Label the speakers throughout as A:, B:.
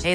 A: Hey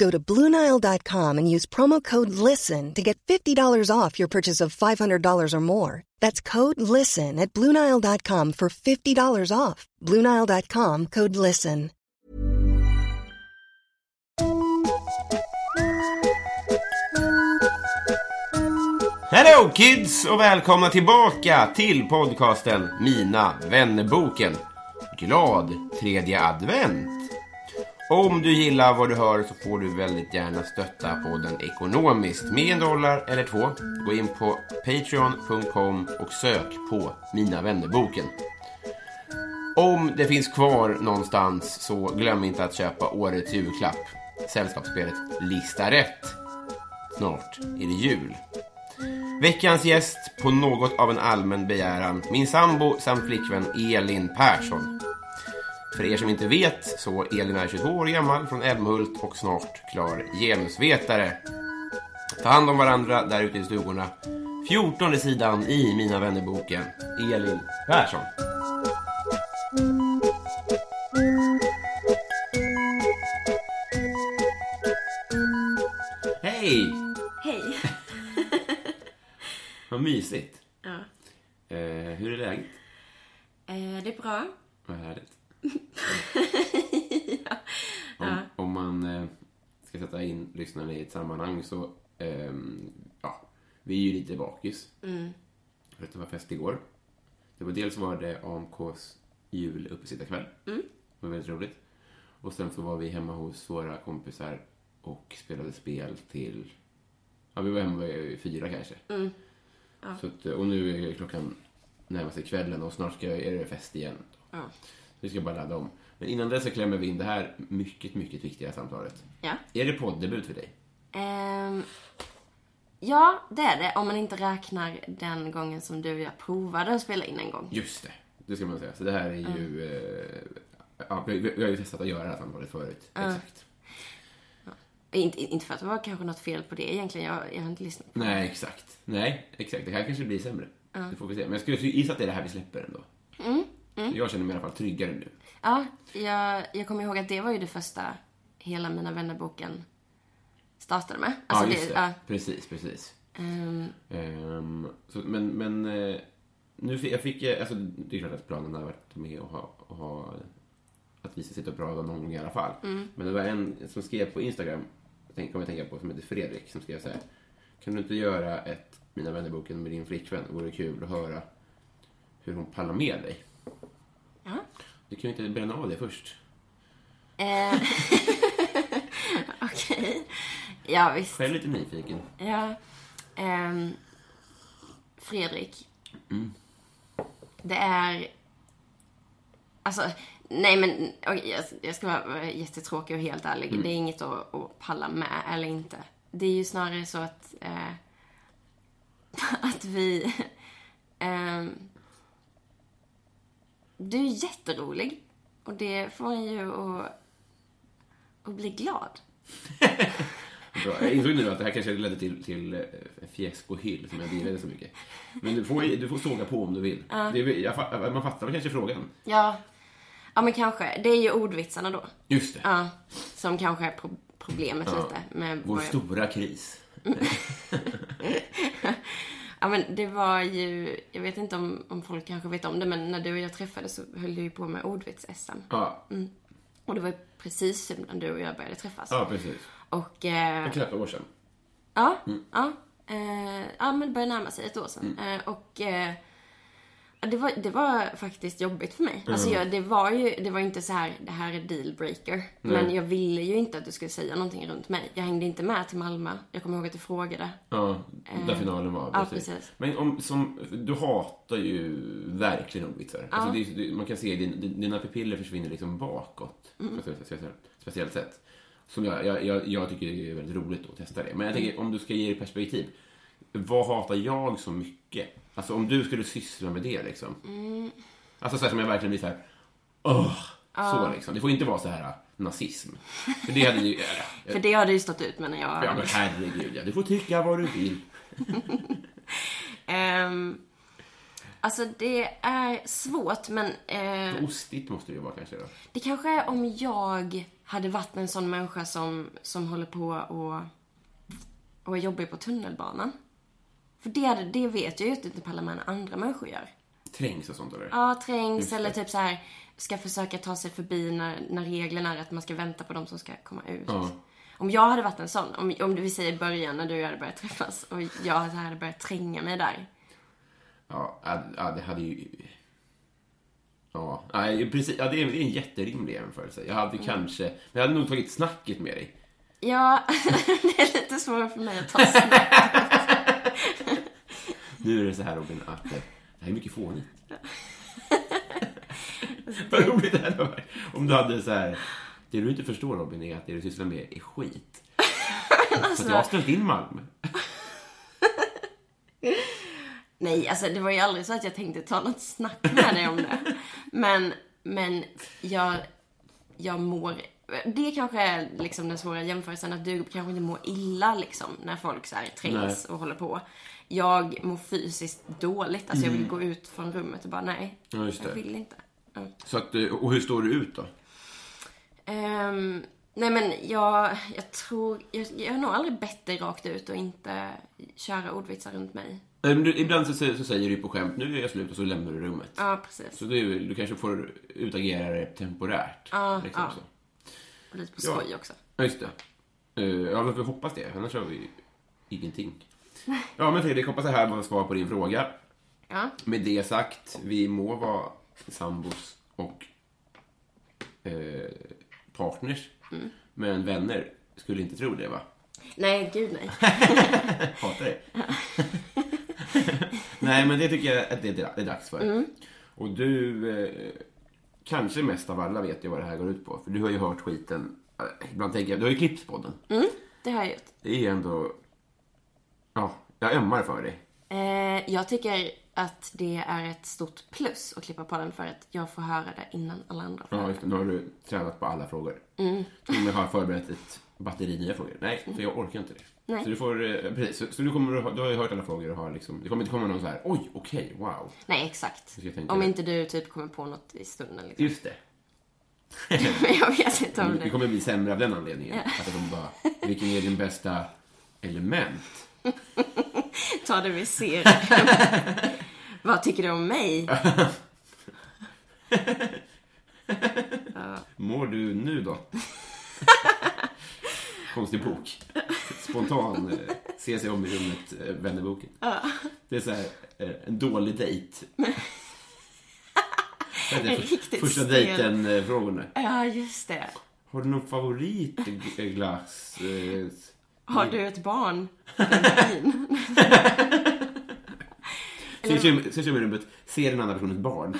B: Go to Bluenile.com and use promo code LISTEN to get $50 off your purchase of $500 or more. That's code LISTEN at Bluenile.com for $50 off. Bluenile.com code LISTEN.
C: Hello kids och välkomna tillbaka till podcasten Mina vännerboken. Glad tredje advent! Om du gillar vad du hör så får du väldigt gärna stötta podden ekonomiskt med en dollar eller två. Gå in på patreon.com och sök på Mina vännerboken. Om det finns kvar någonstans så glöm inte att köpa årets julklapp. Sällskapsspelet Lista rätt. Snart är det jul. Veckans gäst på något av en allmän begäran, min sambo samt flickvän Elin Persson. För er som inte vet så Elin är 22 år gammal från Älmhult och snart klar genusvetare. Ta hand om varandra där ute i stugorna. 14 sidan i Mina vännerboken. Elin Persson. Hej!
D: Hej.
C: Vad mysigt.
D: Ja.
C: Eh, hur är läget?
D: Eh, det är bra.
C: Vad härligt.
D: ja.
C: Om,
D: Ja.
C: om man eh, ska sätta in lyssnarna i ett sammanhang så... ehm, ja, vi är ju lite bakis.
D: Mm.
C: För att det var fest igår. Det var dels var det AMKs juluppesittarkväll.
D: Mm.
C: Det var väldigt roligt. Och sen så var vi hemma hos våra kompisar och spelade spel till... Ja, vi var hemma vid fyra kanske.
D: Mm. Ja.
C: Så att, och nu är klockan närmar sig kvällen och snart ska, är det fest igen.
D: Ja.
C: Vi ska bara ladda om. Men innan dess så klämmer vi in det här mycket, mycket viktiga samtalet.
D: Ja.
C: Är det poddebut för dig?
D: Ehm, ja, det är det. Om man inte räknar den gången som du och jag provade att spela in en gång.
C: Just det, det ska man säga. Så det här är ju... Eh, ja, vi, vi vi har ju testat att göra det här samtalet förut. Exakt.
D: Eh, Inte, inte för att det var kanske något fel på det egentligen. Jag, jag har inte lyssnat.
C: Nej, exakt. Nej, exakt. Det här kanske blir sämre. Det får vi se. Men jag skulle gissa att det är det här vi släpper ändå.
D: Mm,
C: Jag känner mig i alla fall tryggare nu.
D: Ja, jag, jag kommer ihåg att det var ju det första hela Mina vännerboken startade med.
C: ja, just det.
D: Alltså ja.
C: Precis, precis.
D: Ehm,
C: Ehm, så, men men eh, nu fick, jag fick, eh, alltså, det är klart att planen har varit med att ha, att ha att vi ska sitta och prata någon gång i alla fall. Men det var en som skrev på Instagram, tänk, kommer jag tänka på, som heter Fredrik, som skrev så här. Kan du inte göra ett Mina vännerboken med din flickvän? Det vore kul att höra hur hon pallar med dig.
D: Ja.
C: Du kan ju inte bränna av det först.
D: Ehm, Okej. Ja, visst.
C: Själv lite nyfiken.
D: Ja. Ehm, Fredrik. Det är... Alltså, nej men okej, jag, jag ska vara vara jättetråkig och helt ärlig. Det är inget att, att palla med, eller inte. Det är ju snarare så att, eh, att vi... ehm, du är jätterolig. Och det får en ju att, att bli glad.
C: Bra. Jag insåg nu att det här kanske ledde till, till eh, en fiaskohyll som jag gillade så mycket. Men du får, du får såga på om du vill. Det är, väl- jag, fa- man fattar väl kanske frågan.
D: Ja. Ja men kanske. Det är ju ordvitsarna då.
C: Just det.
D: Ja. Som kanske är pro- problemet lite. Med
C: Vår
D: vad jag-
C: stora kris.
D: Ja men det var ju, jag vet inte om, om folk kanske vet om det men när du och jag träffades så höll du ju på med ordvits-SM.
C: Ja,
D: Och det var ju precis innan du och jag började träffas.
C: ja precis.
D: Och eh,
C: Knappt ett år sedan.
D: ja, ja. Eh, ja, men det börjar närma sig ett år sedan. Eh, och eh, ja, det, var, det var faktiskt jobbigt för mig. Alltså jag, det var ju det var inte så här, det här är dealbreaker. Men jag ville ju inte att du skulle säga någonting runt mig. Jag hängde inte med till Malmö. Jag kommer ihåg att du frågade.
C: Ja, där finalen var.
D: Eh, ja, precis.
C: Men om, som, du hatar ju verkligen ordvitsar. Alltså det, är- det, man kan se din, dina pupiller försvinner liksom bakåt
D: Mm.
C: på ett speciellt, speciellt sätt. Som jag, jag, jag, jag tycker det är väldigt roligt att testa det. Men jag
D: Mm.
C: tänker, om du ska ge det perspektiv. Vad hatar jag så mycket? Alltså om du skulle syssla med det liksom.
D: Mm.
C: Alltså så här som jag verkligen blir så här. Åh, så liksom. Det får inte vara så här nazism. För det hade ju... äh,
D: För det har du ju stått ut med när jag...
C: Ja, men herregud ja. Du får tycka vad du vill.
D: Ehm, alltså det är svårt men eh,
C: Ostigt måste det ju vara kanske då.
D: det kanske är om jag hade varit en sån människa som, som håller på och, och är jobbig på tunnelbanan. För det, hade, det vet jag ju inte pallar med när andra människor gör.
C: Trängs och sånt eller?
D: Ja, trängs eller typ så här ska försöka ta sig förbi när, när regeln är att man ska vänta på dem som ska komma ut.
C: Ja.
D: Om jag hade varit en sån, om, om vi säger i början när du och jag hade börjat träffas och jag hade börjat tränga mig där.
C: Ja, ja, ja, det hade ju... Ja, nej, precis. Ja, det är det är en jätterimlig jämförelse. Jag hade kanske... Men jag hade nog tagit snacket med dig.
D: Ja, det är lite svårare för mig att ta snack.
C: Nu är det så här Robin att eh, det här är mycket fånigt. Vad roligt det hade varit om du hade så här... Det du inte förstår Robin är att det du sysslar med är skit. Så att jag har ställt in Malmö.
D: Nej, alltså det var ju aldrig så att jag tänkte ta något snack med dig om det. Men, men jag, jag mår... Det kanske är liksom den svåra jämförelsen, att du kanske inte mår illa liksom när folk så här trängs och håller på. Jag mår fysiskt dåligt, alltså jag vill gå ut från rummet och bara nej,
C: Ja, Mm. just
D: jag
C: det.
D: vill inte. Ja.
C: Så att, eh, och hur står du ut då?
D: Ehm, nej men jag, jag tror, jag, jag har nog aldrig bett dig rakt ut och inte köra ordvitsar runt mig.
C: Eh, men du- Ibland så, säger- så säger du på skämt, nu är jag slut och så lämnar du rummet.
D: Ja precis,
C: Så du, du kanske får utagera det temporärt.
D: Ja,
C: liksom
D: ja.
C: så.
D: och lite på
C: Ja.
D: skoj också.
C: ja just det. Eh, ja, men vi hoppas det. Annars har vi ingenting. Ja, men Fredrik, hoppas det här var svar på din fråga.
D: Ja.
C: Med det sagt, vi må vara sambos och eh, partners.
D: Mm.
C: Men vänner skulle inte tro det, va?
D: Nej, gud nej.
C: Hatar det. Nej, men det tycker jag att det är det är dags för. Och du, eh, kanske mest av alla vet ju vad det här går ut på. För du har ju hört skiten. eh, Ibland tänker jag, du har ju klippt podden.
D: Det har jag gjort.
C: Det är ändå... Ja, jag ömmar för dig.
D: Eh, jag tycker att det är ett stort plus att klippa podden för att jag får höra det innan alla andra får
C: Ja,
D: höra
C: just det. Nu har du tränat på alla frågor. Mm. Jag har förberett ett batteri nya frågor. Nej, för jag orkar inte det.
D: Nej.
C: Så du får... eh, Precis, så, så du, kommer, att ha- du har ju hört alla frågor och har liksom... Det kommer inte komma någon så här, oj, okej, wow.
D: Nej, exakt.
C: ska jag tänka
D: Om
C: det.
D: inte du typ kommer på något i stunden liksom.
C: Just det.
D: Men jag vet inte om
C: Det det
D: det.
C: kommer bli sämre av den anledningen. Att de bara, vilken är din bästa element?
D: Ta det vi ser. Vad tycker du om mig?
C: Mår du nu då? Konstig bok. Spontan. eh, Se sig om i rummet, eh, vänder boken. Det är så här, eh, en dålig dejt. Vad heter det?
D: En riktigt
C: Första
D: stel-
C: dejten-frågorna.
D: Ja, just det.
C: Har du någon favoritglass? Eh,
D: Har du ett barn? En fin.
C: Ser sig om- ser sig om i rummet, ser den andra personens barn.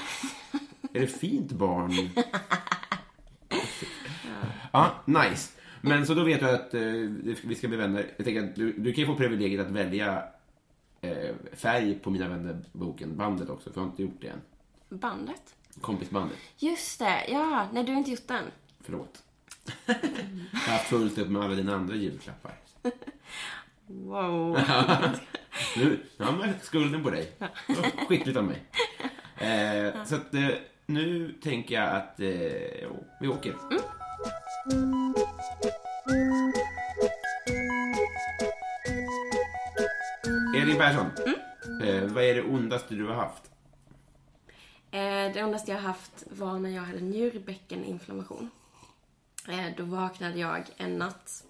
C: Är det fint barn? Ja, nice. Men så då vet du att eh, det- vi ska bli vänner. Jag tänker att du, du kan ju få privilegiet att välja eh, färg på Mina vänner-boken, bandet också, för jag har inte gjort det än.
D: Bandet?
C: Kompisbandet.
D: Just det, ja. Nej, du har inte gjort den.
C: Förlåt. Jag har haft fullt upp med alla dina andra julklappar.
D: Wow.
C: Nu nu hamnar skulden på dig. Oh, Skickligt av mig. Eh, så att eh, nu tänker jag att eh, vi åker. Elin Persson, eh, vad är det ondaste du har haft?
D: Eh, Det ondaste jag har haft var när jag hade njurbäckeninflammation. Eh, Då vaknade jag en natt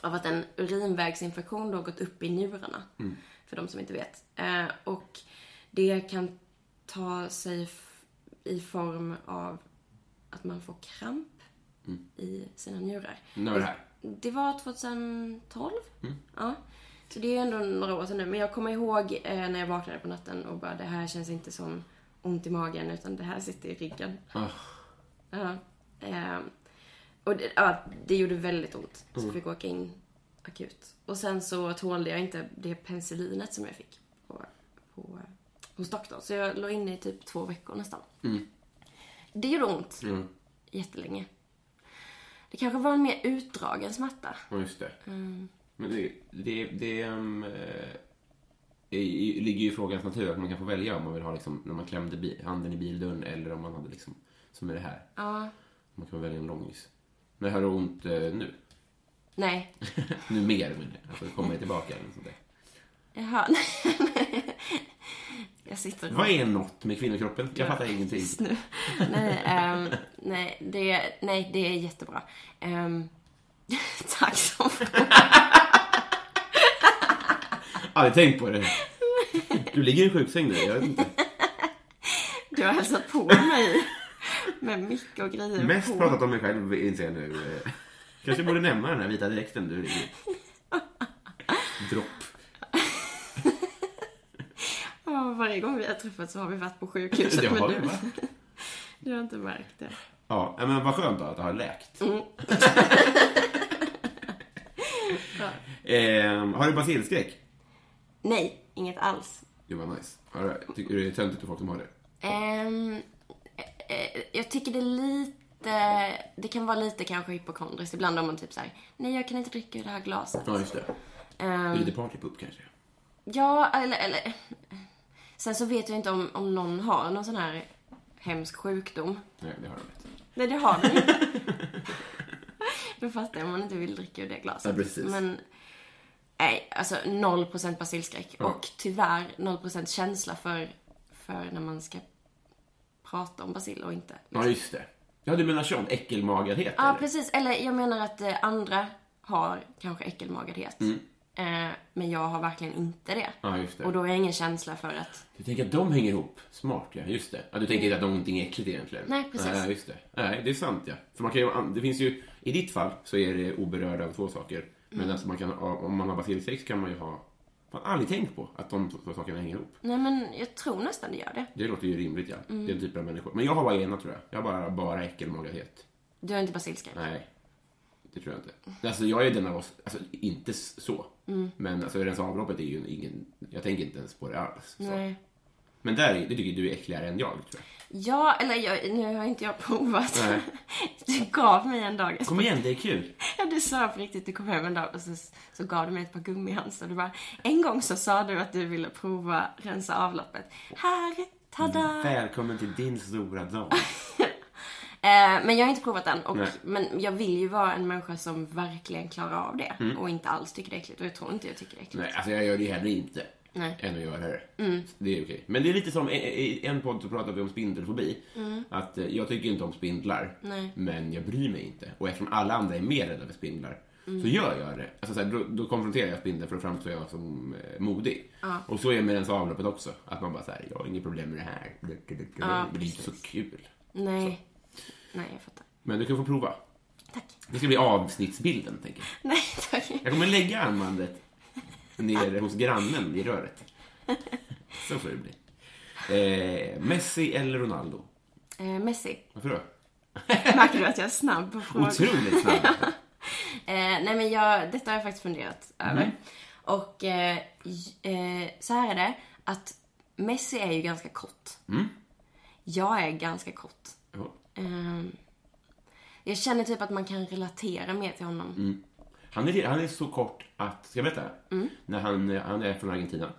D: av att en urinvägsinfektion då har gått upp i njurarna.
C: Mm.
D: För de som inte vet. Eh, och det kan ta sig f- i form av att man får kramp i sina njurar.
C: Mm. När var det här? Mm.
D: Det var 2012. Ja. Så det är ju ändå några år sedan nu. Men jag kommer ihåg eh, när jag vaknade på natten och bara det här känns inte som ont i magen utan det här sitter i ryggen.
C: Ah.
D: Ja. Ehm, och det, ja, det gjorde väldigt ont. Så
C: Mm.
D: jag fick åka in akut. Och sen så tålde jag inte det penicillinet som jag fick på, på, hos doktorn. Så jag låg inne i typ två veckor nästan.
C: Mm.
D: Det gjorde ont. Jättelänge. Det kanske var en mer utdragen smärta.
C: Ja, just det. Men det, det, det ehm, eh, i- i- ligger ju i frågans natur att man kan få välja om man vill ha liksom, när man klämde bi, handen i bildörren eller om man hade liksom, som i det här.
D: Ja.
C: Man kan välja en långis. Men har du ont eh, nu?
D: Nej.
C: nu mer menar jag. Alltså kommer jag tillbaka eller något sånt där.
D: Jaha. nej. jag sitter och
C: Vad är något med kvinnokroppen? Jag fattar ingenting.
D: just nu. nej, ehm, nej, det, nej, det är jättebra. Ehm, tack så mycket.
C: Aldrig tänkt på det. Du ligger i en sjuksäng nu. Jag vet inte.
D: Du har hälsat på mig med mycket och grejer
C: Mest
D: på.
C: pratat om mig själv inser jag nu. Eh, Kanske borde nämna den här vita dräkten du ligger i. Dropp.
D: Ja, varje gång vi har träffats så har vi varit på sjukhuset.
C: Det
D: men
C: har
D: du,
C: vi, va?
D: du har inte märkt det.
C: Ja, ja, men vad skönt då att det har läkt. Ehm, har du basilskräck?
D: Nej, inget alls.
C: Det var nice. Har du, tycker du det är töntigt för folk som har det?
D: Ehm, eh, eh, jag tycker det är lite... Det kan vara lite kanske hypokondriskt ibland om man typ såhär, nej jag kan inte dricka ur det här glaset.
C: Ja, just det.
D: Ehm,
C: Det är lite partypup kanske.
D: Ja, eller, eller... Sen så vet jag inte om, om någon har någon sån här hemsk sjukdom.
C: Nej, det har de inte.
D: Nej, det har den inte. Då fattar jag om man inte vill dricka ur det glaset.
C: Ja, precis.
D: Men, nej, alltså 0% basilskräck. Och tyvärr 0% känsla för, för när man ska prata om basil och inte.
C: Ja, just det. Ja, du menar sån äckelmagadhet?
D: Ja,
C: eller?
D: precis. Eller jag menar att eh, andra har kanske äckelmagadhet. Eh, men jag har verkligen inte det.
C: Mm. Ja, just det.
D: Och då har jag ingen känsla för att
C: Du tänker att de hänger ihop? Smart, ja. Just det. Ja, du tänker inte att någonting är äckligt egentligen?
D: Nej, precis.
C: Ja, just det. Nej, det är sant, ja. För man kan ju, det finns ju, I ditt fall så är det oberörd av två saker. Men
D: Mm.
C: alltså man kan, ha- om man har basilsex kan man ju ha... Man har aldrig tänkt på att de två- två sakerna hänger ihop.
D: Nej men jag tror nästan det gör det.
C: Det låter ju rimligt, ja. Den
D: Mm.
C: typen typ av människor. Men jag har bara ena, tror jag. Jag har bara, bara äckelmagadhet.
D: Du har inte basilskräck?
C: Nej, det tror jag
D: Mm.
C: inte. Alltså, jag är den av oss, alltså inte s- så. Men alltså, rensa avloppet är ju ingen... Jag tänker inte ens på det alls. Så.
D: Nej.
C: Men där, är- det tycker du är äckligare än jag, tror jag.
D: Ja, eller jag, nu har inte jag provat.
C: Nej.
D: Du gav mig en dag.
C: Kom igen, det är kul.
D: Ja, du sa på riktigt, du kom hem en dag och så, så gav du mig ett par gummihandsar. Du bara, en gång så sa du att du ville prova rensa avloppet. Här,
C: Mm,
D: tada!
C: Välkommen till din stora dag.
D: Eh, men jag har inte provat den. Och,
C: Nej.
D: men jag vill ju vara en människa som verkligen klarar av det.
C: Mm.
D: Och inte alls tycker det är äckligt. Och jag tror inte jag tycker det är äckligt.
C: Nej, alltså jag gör det heller inte.
D: Nej.
C: Än att göra det. Det är okej. Men det är lite som, i- i en podd så pratade vi om spindelfobi. Att eh, jag tycker inte om spindlar.
D: Nej.
C: Men jag bryr mig inte. Och eftersom alla andra är mer rädda för spindlar så gör jag det. Alltså, så här, då, då konfronterar jag spindeln för att framstå jag som eh, modig. Och så är det med ens avloppet också. Att man bara så här, jag har inget problem med det här. men det är inte så kul.
D: Nej. Nej, jag fattar.
C: Men du kan få prova.
D: Tack.
C: Det ska bli avsnittsbilden, tänker jag.
D: Nej, tack.
C: Jag kommer lägga armbandet ner hos grannen i röret. Så får det bli. Eh, Messi eller Ronaldo?
D: Eh, Messi.
C: Varför då?
D: Märker du att jag är snabb på frågor?
C: Otroligt snabbt.
D: Eh, nej men jag, detta har jag faktiskt funderat
C: Mm.
D: över. Och eh, j- eh, så här är det, att Messi är ju ganska kort.
C: Mm.
D: Jag är ganska kort.
C: Ja.
D: Eh, jag känner typ att man kan relatera mer till honom.
C: Mm. Han är, han är så kort att, ska jag berätta?
D: Mm.
C: När han, han är från Argentina.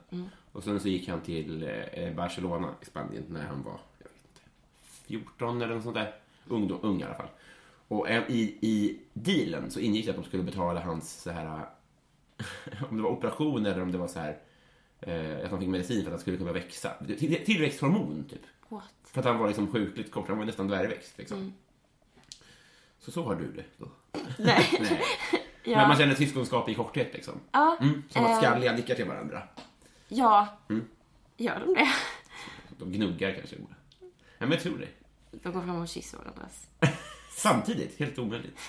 C: Och sen så gick han till eh, Barcelona i Spanien när han var, jag vet inte, 14 eller något sånt där. Ung, ung i alla fall. Och en, i, i dealen så ingick det att de skulle betala hans så här, om det var operation eller om det var så här, eh, att han fick medicin för att han skulle kunna växa. Till, tillväxthormon typ.
D: What? Mm.
C: För att han var liksom sjukligt kort, han var nästan dvärgväxt liksom. Så så har du det då.
D: Nej.
C: Nej.
D: Ja.
C: Men man känner syskonskap i korthet liksom.
D: Ja,
C: Mm, som
D: eh,
C: att skalliga nickar till varandra.
D: ja. Gör de det?
C: De gnuggar kanske. Ja, men jag tror det.
D: De går fram och kysser varandras.
C: Samtidigt, helt omöjligt.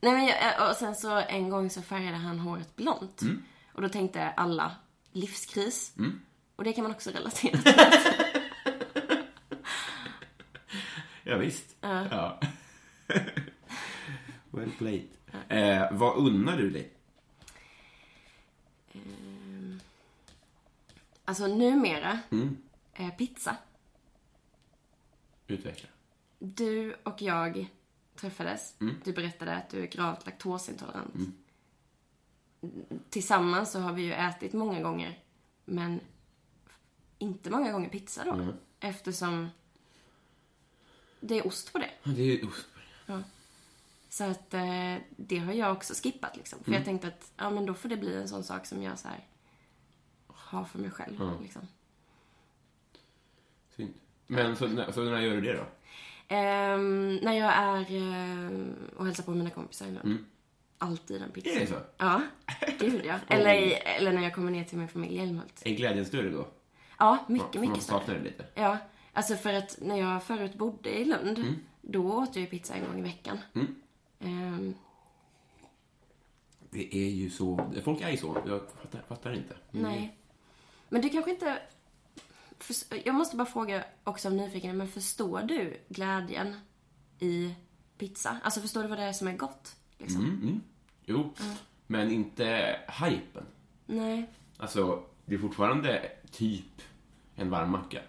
D: Nej men jag, eh, och sen så en gång så färgade han håret blont.
C: Mm.
D: Och då tänkte alla, livskris. Och det kan man också relatera till.
C: Ja, visst. Ja. well played. Eh, vad unnar du dig?
D: Alltså numera, eh, pizza.
C: Utveckla.
D: Du och jag träffades. Du berättade att du är gravt laktosintolerant. Tillsammans så har vi ju ätit många gånger, men inte många gånger pizza då. Eftersom det är ost på det.
C: Ja, Det är ju oh, ost.
D: Så att eh, det har jag också skippat liksom. För jag tänkte att, ja men då får det bli en sån sak som jag så här har för mig själv liksom.
C: Synd. Men så, när- så när gör du det då?
D: Ehm, när jag är ehm, och hälsar på mina kompisar innan. Alltid en pizza.
C: Mm. Är det så?
D: Ja, gud ja. Eller, i- eller när jag kommer ner till min familj i Älmhult.
C: Är glädjen större då?
D: Ja,
C: Får
D: mycket,
C: man
D: mycket större.
C: saknar det lite?
D: Ja, alltså för att när jag förut bodde i Lund,
C: Mm.
D: då åt jag ju pizza en gång i veckan.
C: Mm.
D: Ehm,
C: Det är ju så. Folk är ju så. Jag fattar, fattar inte.
D: Nej. Men du kanske inte... förs- Jag måste bara fråga också av nyfikenhet, men förstår du glädjen i pizza? Alltså förstår du vad det är som är gott? Liksom?
C: Mm. Jo,
D: Mm.
C: men inte hypen.
D: Nej.
C: Alltså, det är fortfarande typ en varmmacka.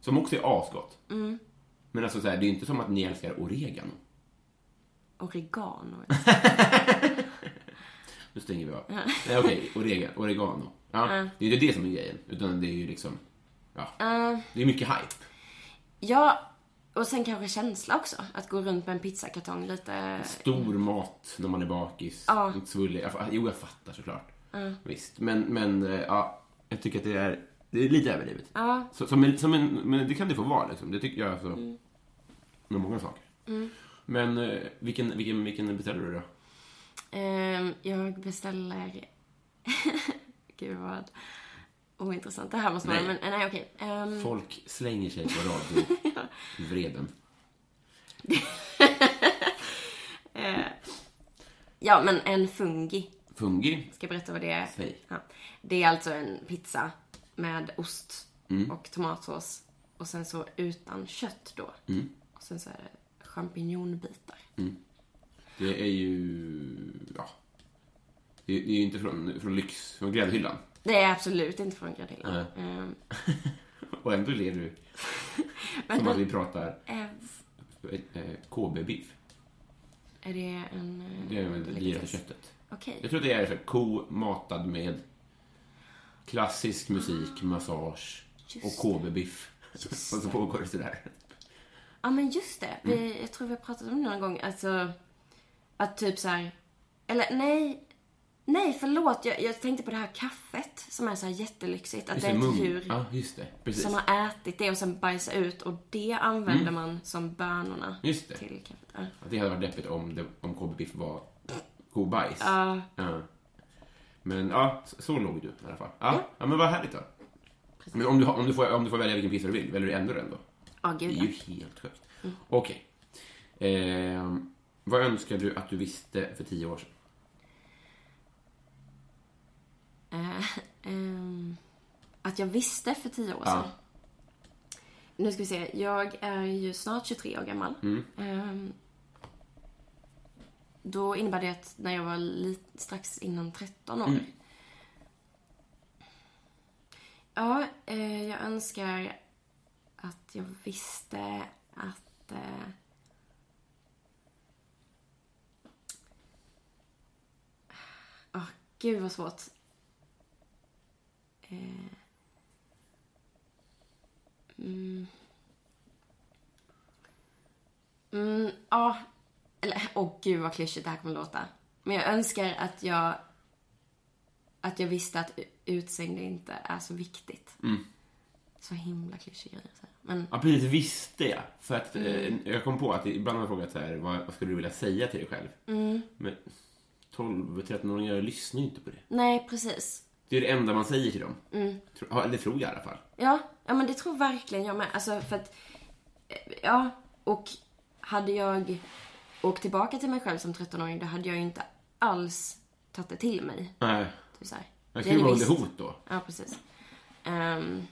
C: Som också är asgott. Men alltså, så här, det är ju inte som att ni älskar oregano.
D: Oregano.
C: Nu stänger vi av. Nej, okej. orega- oregano. Ja, Det är ju inte det som är grejen. Utan det är ju liksom... Ja. Det är mycket hype.
D: ja, och sen kanske känsla också. Att gå runt med en pizzakartong lite.
C: Stor mat när man är bakis.
D: Ja.
C: Inte svullig. Jag fa- Jo, jag fattar såklart. Visst. Men, men eh, ja, jag tycker att det är, det är lite överdrivet.
D: Ja. Mm.
C: Så, som en, som en, men det kan det få vara. Liksom. Det tycker jag alltså, med många saker. Men eh, vilken, vilken, vilken beställer du då?
D: Mm. Ehm, jag beställer... Gud vad ointressant det här måste vara.
C: Nej.
D: Men, nej, okej. Ehm,
C: Folk slänger sig på radio. Vreden.
D: eh, ja, men en fungi.
C: Fungi.
D: Ska jag berätta vad det är?
C: Säg.
D: Ja. Det är alltså en pizza med ost
C: Mm.
D: och tomatsås och sen så utan kött då.
C: Mm.
D: Och sen så är det champinjonbitar.
C: Det är ju... Ja. Det, det är ju inte från, från lyx, från gräddhyllan.
D: Det är absolut inte från gräddhyllan.
C: Nej.
D: Ehm,
C: Och ändå ler du som att vi pratar
D: eh,
C: eh, KB-biff.
D: är det en... eh,
C: Det är väl det
D: delikatess?
C: lirade köttet.
D: Okej.
C: Jag tror det är så här, ko matad med klassisk musik, massage och KB-biff. Och så pågår det sådär.
D: Ja, men just det.
C: Mm.
D: Vi, jag tror vi har pratat om det någon gång. Alltså, att typ så här... Eller nej. Nej, förlåt. Jag, jag tänkte på det här kaffet som är så här jättelyxigt. Att det är ett djur.
C: Ja, just det. Precis. Mm.
D: som har ätit det och sen bajsat ut och det använder man som bönorna
C: Just det.
D: till kaffet. Ja.
C: Att Det hade varit deppigt om, det- om KB-biff var kobajs.
D: Ja.
C: Ja. Men ja, så- så låg du i alla fall. Ja, ja men vad härligt då. Men om du, har- om, du får, om du får välja vilken pizza du vill, väljer du ändå den då?
D: Ja,
C: Det är
D: gud ja.
C: ju helt sjukt.
D: Mm.
C: Okej. Ehm, vad önskar du att du visste för tio år sedan?
D: Eh, Ehm, Att jag visste för tio år
C: Ja.
D: sedan. Nu ska vi se. Jag är ju snart 23 år gammal. Ehm, då innebär det att när jag var lit, strax innan 13 år. Ja, eh, jag önskar att jag visste att... Eh, Åh, ah, gud vad svårt. Eh. Mm. Mm, ja. Eller, åh gud vad klyschigt det här kommer låta. Men jag önskar att jag... Att
C: Mm.
D: jag visste att u- utseende inte är så viktigt. Så himla klyschig grej att säga. Men
C: Ja, precis. Visste jag. För att eh, jag kom på att ibland har jag frågat så här, vad, vad skulle du vilja säga till dig själv?
D: Mm.
C: Men 12-13-åringar lyssnar ju inte på det.
D: nej, precis.
C: Det är det enda man säger till dem.
D: Mm.
C: Tro- ja, Det tror jag i alla fall.
D: Ja, ja men det tror verkligen jag med. Alltså för att, eh, ja, och hade jag åkt tillbaka till mig själv som 13-åring då hade jag ju inte alls tagit det till mig.
C: Nej.
D: Typ så här.
C: Jag
D: Det
C: skulle
D: är
C: vara
D: visst.
C: under hot då.
D: Ja, precis. Ehm,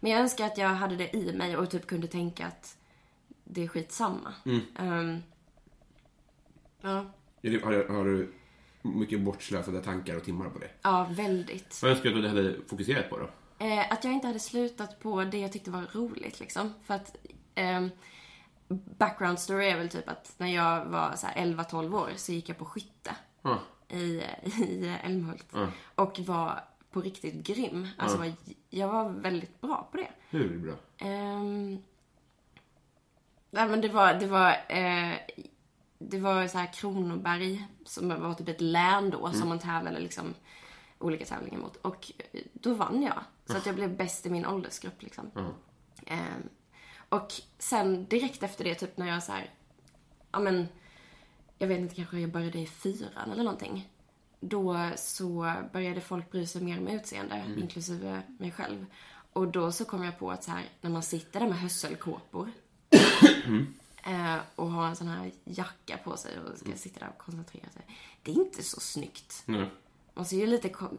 D: men jag önskar att jag hade det i mig och typ kunde tänka att det är skitsamma. Ehm, ja,
C: Är det- Har du, har du mycket bortslösade tankar och timmar på det?
D: ja, väldigt.
C: Vad önskar du att du hade fokuserat på då?
D: Eh, att jag inte hade slutat på det jag tyckte var roligt liksom. För att ehm, background story är väl typ att när jag var så här 11-12 år så gick jag på skytte
C: Ja.
D: i, i Älmhult. Och var på riktigt grym. Alltså var, jag var väldigt bra på det.
C: Hur bra?
D: Ehm, nej men det var, det var, eh, det var så här Kronoberg som var typ ett län då som man tävlade liksom olika tävlingar mot. Och eh, då vann jag. Så att jag blev bäst i min åldersgrupp liksom. Ehm, och sen direkt efter det, typ när jag så här, ja men, jag vet inte, kanske jag började i fyran eller någonting. Då så började folk bry sig mer om utseende, inklusive mig själv. Och då så kom jag på att så här, när man sitter där med hösselkåpor eh, och har en sån här jacka på sig och ska sitta där och koncentrera sig. Det är inte så snyggt.
C: Ja.
D: Man ser ju lite ko-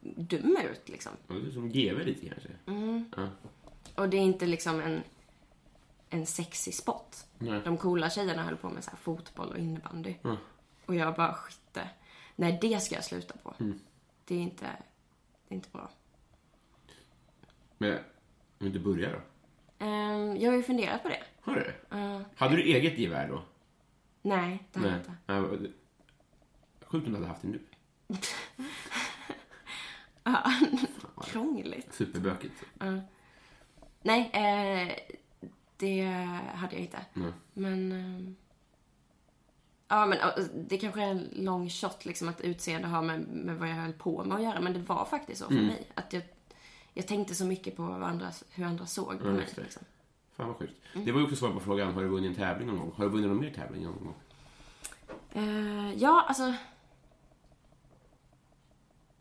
D: dum ut liksom.
C: Ja, Det är som GV lite kanske.
D: Mm.
C: Ja.
D: Och det är inte liksom en, en sexig sport.
C: Nej.
D: De coola tjejerna höll på med så här fotboll och innebandy. Och jag bara skytte. Nej, det ska jag sluta på. Det, är inte, det är inte bra.
C: Men jag vill inte börja då.
D: Ehm, jag har ju funderat på det.
C: Har du? Hade du eget gevär då?
D: Nej, det har jag inte.
C: Nej, vad- Sjukt om du hade haft det nu.
D: Krångligt.
C: Superbökigt.
D: Nej, eh, det hade jag inte. Men... ehm, Ja, men eh, det kanske är en long shot liksom att utseende har med, med vad jag höll på med att göra. Men det var faktiskt så för
C: Mm.
D: mig. Att jag, jag tänkte så mycket på vad andra, hur andra såg på mig.
C: just det.
D: Liksom.
C: Fan vad sjukt. Det var ju också svar på frågan, har du vunnit en tävling någon gång? Har du vunnit någon mer tävling någon gång?
D: Eh, ja, alltså...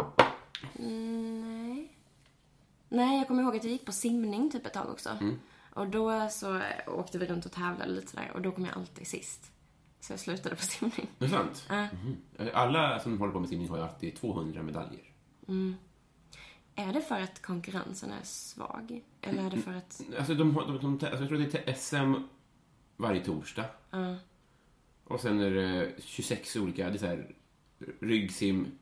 D: Mm, Nej. Nej, jag kommer ihåg att jag gick på simning typ ett tag också. Och då så eh, åkte vi runt och tävlade lite sådär och då kom jag alltid sist. Så jag slutade på simning.
C: Det är sant? Mhm. Alla som håller på med simning har ju alltid 200 medaljer.
D: Är det för att konkurrensen är svag? Eller är det för att...
C: Alltså, de, har- de, de, alltså jag tror det är SM varje torsdag. Och sen är det 26 olika, det är så här, ryggsim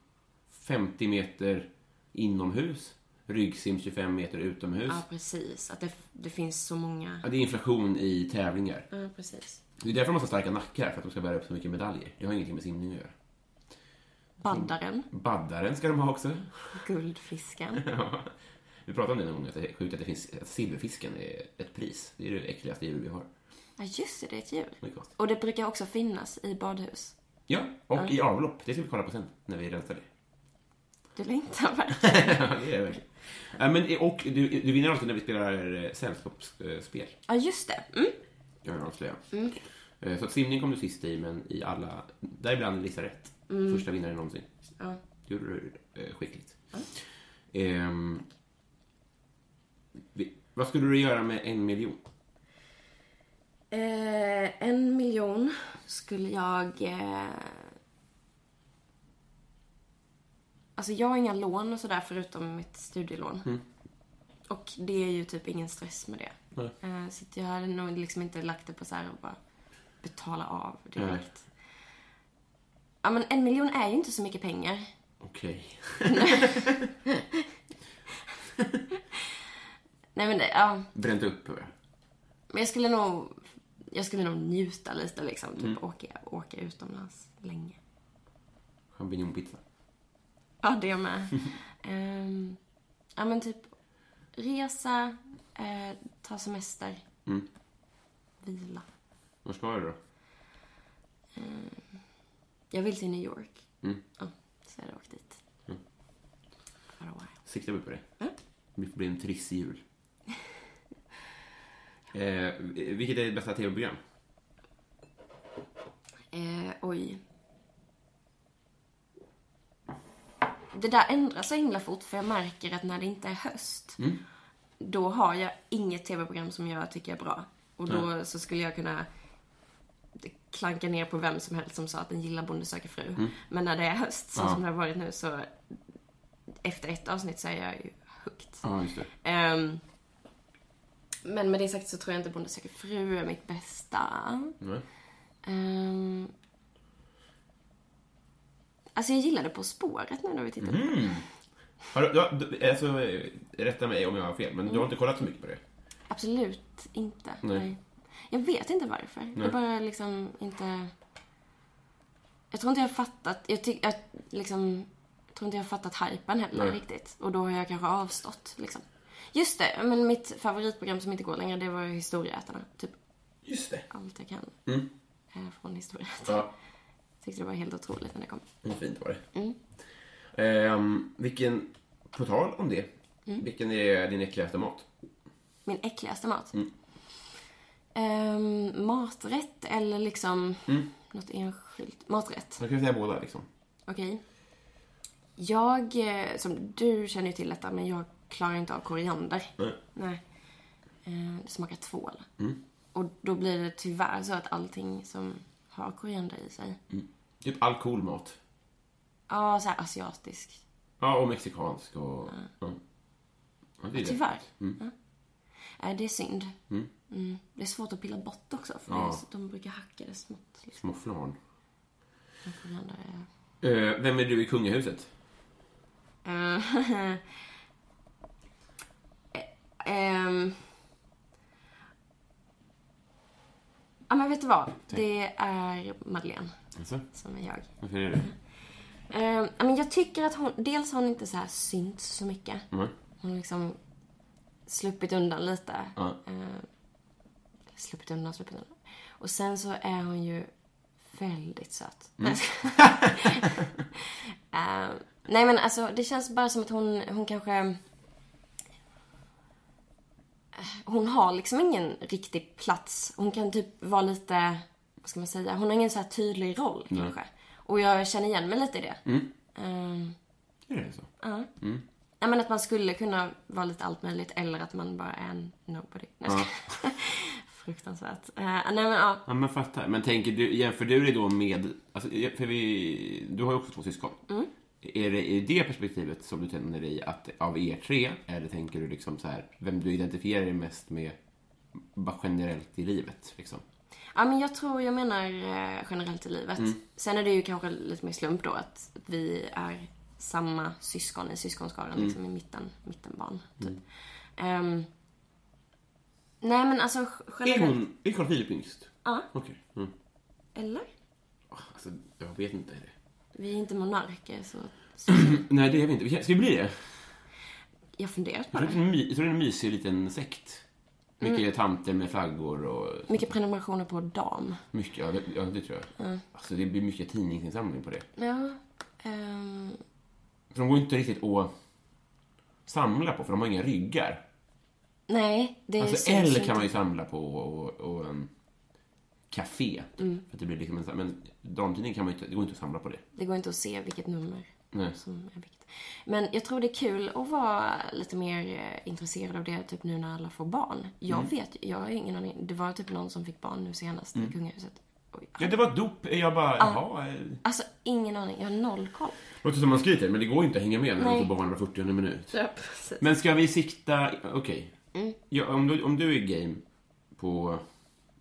C: 50 meter inomhus, ryggsim 25 meter utomhus.
D: Ja, precis. Att det, det finns så många...
C: Ja, det är inflation i tävlingar.
D: Ja, precis.
C: Det är därför de har så starka nackar, för att de ska bära upp så mycket medaljer. Det har ingenting med simning att göra.
D: Baddaren,
C: Baddaren ska de ha också.
D: guldfisken.
C: Ja. Vi pratade om det någon gång, att det är sjukt att, det finns, att silverfisken är ett pris. Det är det äckligaste djur vi har.
D: Ja, just det, det är ett djur.
C: Det är konstigt.
D: Och det brukar också finnas i badhus.
C: Ja, och i avlopp. Det ska vi kolla på sen, när vi rensar det.
D: Du längtar verkligen.
C: Ja, det är det verkligen. Ja, men, och du, du vinner alltid när vi spelar eh, sällskapsspel,
D: Ja, just det. Mm.
C: kan jag avslöja. Eh, Så att simning kom du sist i, men i alla... Där ibland är Lisa rätt. Första vinnaren någonsin.
D: Ja.
C: Det gjorde du eh, skickligt. Ehm, vi, vad skulle du göra med en miljon?
D: Eh, en miljon skulle jag... Eh... Alltså jag har inga lån och sådär förutom mitt studielån. Och det är ju typ ingen stress med det. Eh, så att jag hade nog liksom inte lagt det på så här och bara betala av direkt. Ja men en miljon är ju inte så mycket pengar.
C: Okej.
D: Nej men det, ja.
C: Bränt upp, eh, hör jag.
D: Men jag skulle nog... Jag skulle nog njuta lite liksom. Typ åka, åka utomlands länge.
C: Champinjonpizza.
D: Ja, det med. Ehm, ja, men typ resa, eh, ta semester, vila.
C: Var ska du då?
D: Jag vill till New York. Ja, så jag hade åkt dit. För a while.
C: Siktar vi på det?
D: Mm.
C: Vi får bli en trissig jul. Eh, vilket är ditt bästa tv-program?
D: Eh, oj. Det där ändras så himla fort för jag märker att när det inte är höst, då har jag inget tv-program som jag tycker är bra. Och då så skulle jag kunna klanka ner på vem som helst som sa att den gillar Bonde söker fru. Men när det är höst, så
C: Ja.
D: som det har varit nu, så efter ett avsnitt så är jag ju hooked.
C: Ja, just det.
D: Ehm, men med det sagt så tror jag inte Bonde söker fru är mitt bästa.
C: Mm.
D: Ehm, alltså jag gillade På spåret nu när
C: Mm.
D: vi tittar på det.
C: Har du, du, har- du, alltså, eh, rätta mig om jag har fel, men du har inte kollat så mycket på det?
D: Absolut inte.
C: Nej.
D: Nej. Jag vet inte varför. Jag bara liksom inte... Jag tror inte jag har fattat... Jag, tyck, jag, liksom, jag tror inte jag har fattat hypen heller
C: Nej.
D: riktigt. Och då har jag kanske avstått liksom. Just det, men mitt favoritprogram som inte går längre det var Historieätarna. Typ
C: Just det.
D: allt jag kan
C: Mm.
D: eh, från historieätarna.
C: Ja,
D: Tyckte det var helt otroligt när det kom.
C: vad fint var det. Ehm, vilken, på tal om det, vilken är din äckligaste mat?
D: Min äckligaste mat?
C: Mm.
D: Ehm, maträtt eller liksom
C: Mm.
D: något enskilt? Maträtt.
C: Man kan ju säga båda liksom.
D: Okej. Jag, eh, som du känner ju till detta, men jag klarar inte av koriander.
C: Nej.
D: Nej. Ehm, det smakar tvål.
C: Mm.
D: Och då blir det tyvärr så att allting som har koriander i sig,
C: Typ all cool mat.
D: ja så här asiatisk.
C: Ja, och mexikansk och... Ja. Ja, det Mm. är det.
D: Tyvärr. Ja. Eh, det är synd. Mm. Det är svårt att pilla bort också, för det är
C: Ja.
D: så- de brukar hacka det smått. Liksom.
C: Små flarn.
D: Koriander är...
C: Eh, vem är du i kungahuset?
D: Eh, ehm. Ja men vet du vad? Det är Madeleine
C: Alltså,
D: som är jag.
C: varför är det
D: Ehm, ja, men jag tycker att hon, dels har hon inte så här synts så mycket.
C: mm.
D: Hon har liksom sluppit undan lite.
C: Ja.
D: Ehm, sluppit undan, sluppit undan. Och sen så är hon ju väldigt söt. Nej, jag skojar. Ehm, nej men alltså det känns bara som att hon, hon kanske... Eh, Hon har liksom ingen riktig plats. Hon kan typ vara lite, vad ska man säga, hon har ingen så här tydlig roll kanske. Och jag känner igen mig lite i det. Ehm,
C: Är det så?
D: Ja, men att man skulle kunna vara lite allt möjligt eller att man bara är en nobody. Nej, jag skojar. Fruktansvärt. Eh, nej, men, ja.
C: Ja, men fattar. Men tänker du, jämför du dig då med... Alltså, för vi, du har ju också två syskon. Är det i det perspektivet som du tänker dig att av er tre, eller tänker du liksom så här, vem du identifierar dig mest med bara generellt i livet? Liksom?
D: ja, men jag tror jag menar eh, generellt i livet. Sen är det ju kanske lite mer slump då att vi är samma syskon i syskonskaran, liksom i mitten, mittenbarn. Typ. Ehm, nej, men alltså
C: Är
D: generellt.
C: hon, är Carl Philip yngst?
D: Ja.
C: Okej. Mm.
D: Eller?
C: Alltså, jag vet inte.
D: Vi är inte monarker, så, så
C: Nej, det är vi inte. Ska vi bli det?
D: jag funderar på
C: Jag tror
D: det.
C: det är en, my, jag tror det är en mysig liten sekt. Mycket tanter med flaggor och
D: Mycket prenumerationer på dam.
C: mycket, ja, det- ja det tror jag. Alltså det blir mycket tidningsinsamling på det.
D: Ja. ehm,
C: För de går inte riktigt att samla på, för de har inga ryggar.
D: nej, det
C: Alltså
D: syns ju
C: L
D: inte.
C: kan man ju samla på och, och um, café. För att det blir liksom en, men damtidning kan man ju inte, det går inte att samla på det.
D: Det går inte att se vilket nummer
C: Nej.
D: som är vilket. Men jag tror det är kul att vara lite mer eh, intresserad av det typ nu när alla får barn. Jag
C: Mm.
D: vet, jag har ingen aning. Det var typ någon som fick barn nu senast i kungahuset. Oj,
C: Mm. Ja, det var ett dop. Jag bara, jaha. eh.
D: Alltså ingen aning, jag har noll koll.
C: Låter som man skryter, men det går ju inte att hänga med när man
D: Nej.
C: får barn var 40 minut.
D: Ja, precis.
C: Men ska vi sikta... Okej. Ja, om, du, om du är game på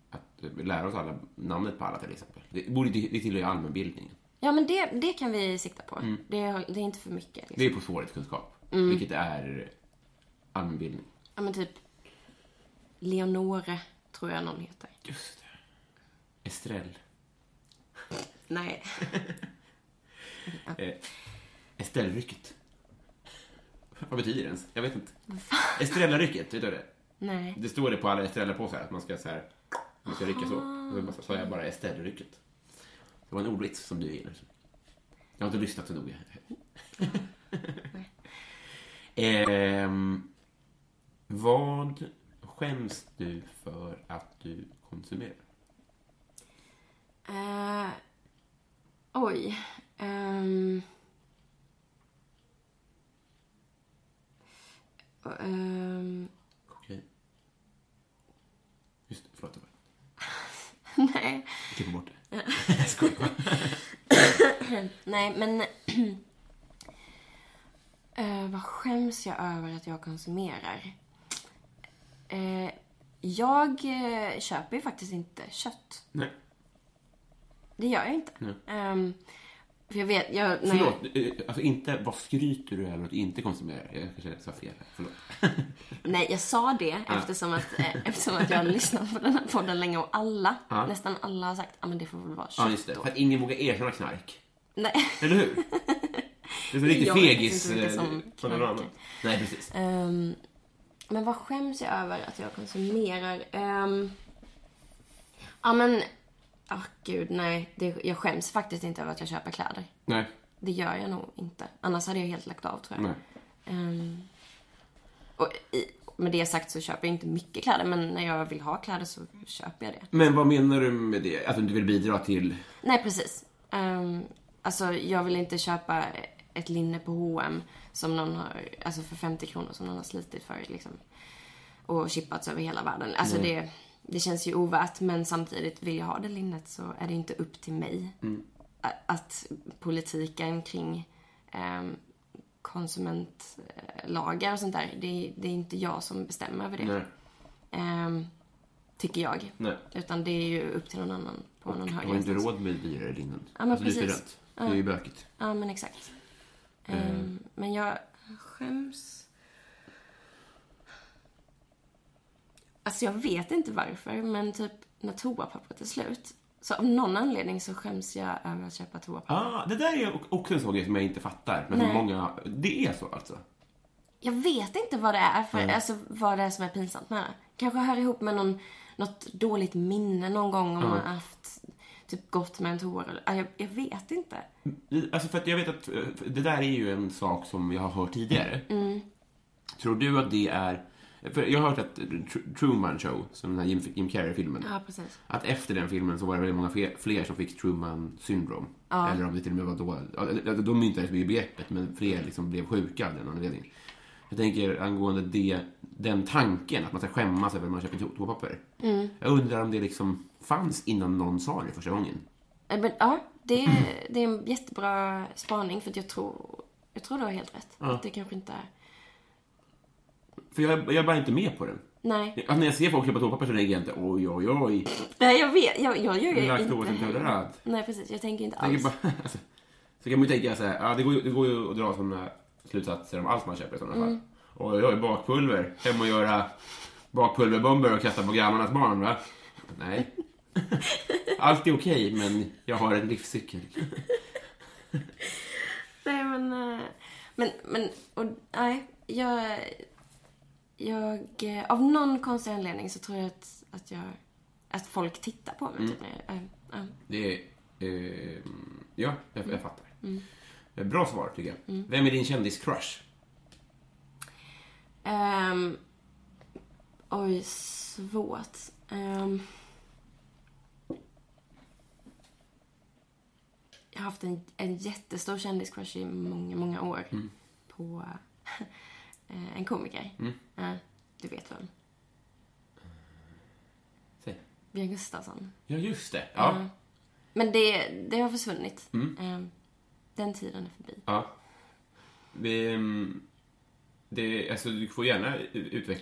C: att lära oss alla namnet på alla till exempel. Det, borde, det, det tillhör ju allmänbildningen.
D: Ja men det, det kan vi sikta på. Det, det är inte för mycket. Liksom.
C: Mm. Det är på svårighetskunskap, vilket är allmänbildning.
D: Ja men typ Leonore tror jag någon heter.
C: Just det. Estrell.
D: Nej.
C: Eh, Estrellrycket. Vad betyder det ens? Jag vet inte. Estrellarycket, vet du det?
D: Nej.
C: Det står det på alla Estrella-påsar att man ska så här, man ska rycka så. Och så bara- sa jag bara Estrella-rycket. Det var en ordvits som du gillar. Jag har inte lyssnat så noga. Ehm, vad skäms du för att du konsumerar?
D: Eh, oj. Ehm. Ehm,
C: Okej. Just det, förlåt. jag bara-
D: nej.
C: Jag klipper bort det. Jag skojar bara.
D: Nej, men... Eh, vad skäms jag över att jag konsumerar? Eh, jag eh, köper ju faktiskt inte kött.
C: Nej.
D: Det gör jag inte.
C: Nej.
D: Ehm, för jag vet... Jag, när jag-
C: Förlåt. eh, Alltså inte, vad skryter du över att inte konsumera? Jag kanske sa fel. här. Förlåt.
D: Nej, jag sa det eftersom, att, eh, eftersom att jag har lyssnat på den här podden länge och alla,
C: Ja.
D: nästan alla har sagt att men det får väl vara kött
C: Ja, just det.
D: då.
C: För att ingen vågar erkänna knark.
D: Nej.
C: Eller hur? Det är så riktigt
D: Jag vet
C: fegis.
D: inte vilka
C: eh,
D: som
C: panorama.
D: knarkar.
C: Nej, precis.
D: Ehm, men vad skäms jag över att jag konsumerar? Ehm, ja, men... ah gud, nej. Det, jag skäms faktiskt inte över att jag köper kläder.
C: Nej.
D: Det gör jag nog inte. Annars hade jag helt lagt av, tror jag.
C: Nej.
D: Ehm, och i, med det sagt så köper jag inte mycket kläder, men när jag vill ha kläder så köper jag det.
C: Men vad menar du med det? Att du inte vill bidra till...
D: Nej, precis. Um, alltså, jag vill inte köpa ett linne på H&M som någon har, alltså för 50 kronor som någon har slitit för liksom. Och chippats över hela världen. Alltså det, det känns ju ovärt men samtidigt vill jag ha det linnet så är det inte upp till mig.
C: Mm.
D: A- Att politiken kring ehm, konsumentlagar och sånt där, det, det är inte jag som bestämmer över det.
C: Nej.
D: Ehm, tycker jag.
C: Nej.
D: Utan det är ju upp till någon annan på någon
C: Du
D: högre
C: har inte
D: instans.
C: råd med dyrare linnen.
D: Ja, men
C: det är
D: precis.
C: studerant. Alltså, Det är ju bökigt.
D: Ja, men exakt. Ehm, Men jag skäms... Alltså jag vet inte varför, men typ när toapappret är slut. Så av någon anledning så skäms jag över att köpa toapapper.
C: Ah, det där är också en sån grej som jag inte fattar. Men
D: Nej.
C: många... Det är så alltså?
D: Jag vet inte vad det är för, alltså vad det är som är pinsamt med det. Kanske hör ihop med någon, något dåligt minne någon gång om man har haft typ gått med en toarulle. Ja, Jag, jag vet inte.
C: Alltså för att jag vet att eh, det där är ju en sak som jag har hört tidigare.
D: Mm.
C: Tror du att det är... För jag har hört att Tr- Truman Show, som den här Jim, Jim Carrey-filmen,
D: Ja, precis.
C: att efter den filmen så var det väldigt många fler, fler som fick Truman syndrom. Eller om det till och med var då... ja, eller- De myntades med i begreppet, men fler liksom blev sjuka av den anledningen. Jag tänker angående det, den tanken, att man ska skämmas över att man köper to- toapapper. Jag undrar om det liksom fanns innan någon sa det första gången.
D: Eh, Men, ja, det är, det är en jättebra spaning för att jag tror, jag tror du har helt rätt. Att det kanske inte är...
C: För jag, jag bär inte med på den.
D: Nej.
C: Alltså, när jag ser folk köpa toapapper så tänker jag inte oj, oj, oj,
D: Nej, jag vet. Jag, jag gör ju inte heller.
C: laktosintolerant.
D: Nej, precis. Jag tänker inte
C: Tänker
D: alls.
C: bara, alltså, så kan man ju tänka så här, ja, det, går, ju- det går ju att dra sådana slutsatser om allt man köper i sådana fall. Oj, oj, oj, bakpulver. Hem och göra bakpulverbomber och kasta på grannarnas barn, va? Nej. Allt är okej, men jag har en livscykel.
D: Nej, men... eh, Men, men... Och, nej, jag... Jag... eh, Av någon konstig anledning så tror jag att, att jag... Att folk tittar på mig, typ. När jag, eh, ja.
C: Det är, eh, ja, jag, jag fattar. Eh, Bra svar, tycker jag. Vem är din kändis-crush?
D: Ehm, oj, svårt. Ehm. jag har haft en, en jättestor kändiscrush i många, många år på eh, en komiker. Eh, du vet vem?
C: Säg.
D: Björn Gustafsson.
C: Ja, just det. Ja.
D: Mm. Men det, det har försvunnit. Ehm, den tiden är förbi.
C: Ja. Det, ehm, det, alltså, du får gärna utveckla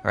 E: All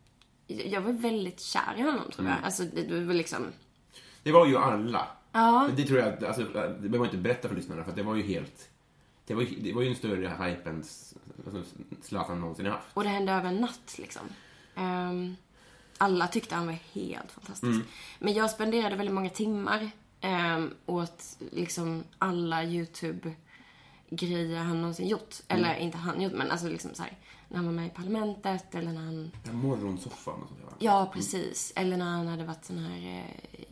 D: jag jag var väldigt kär i honom tror jag. Alltså det, det var liksom...
C: Det var ju alla.
D: Ja.
C: Men det tror jag, att- alltså, det behöver man inte berätta för lyssnarna för att det var ju helt... Det var ju, det var ju en större hype än s- alltså, Zlatan någonsin har haft.
D: Och det hände över en natt liksom. Ehm, alla tyckte han var helt fantastisk. Men jag spenderade väldigt många timmar ehm, åt liksom alla YouTube-grejer han någonsin gjort. Eller inte han gjort, men alltså liksom så här, när han var med i Parlamentet eller när han...
C: Den här Morgonsoffan och sånt där va?
D: Ja, precis. Eller när han hade varit sån här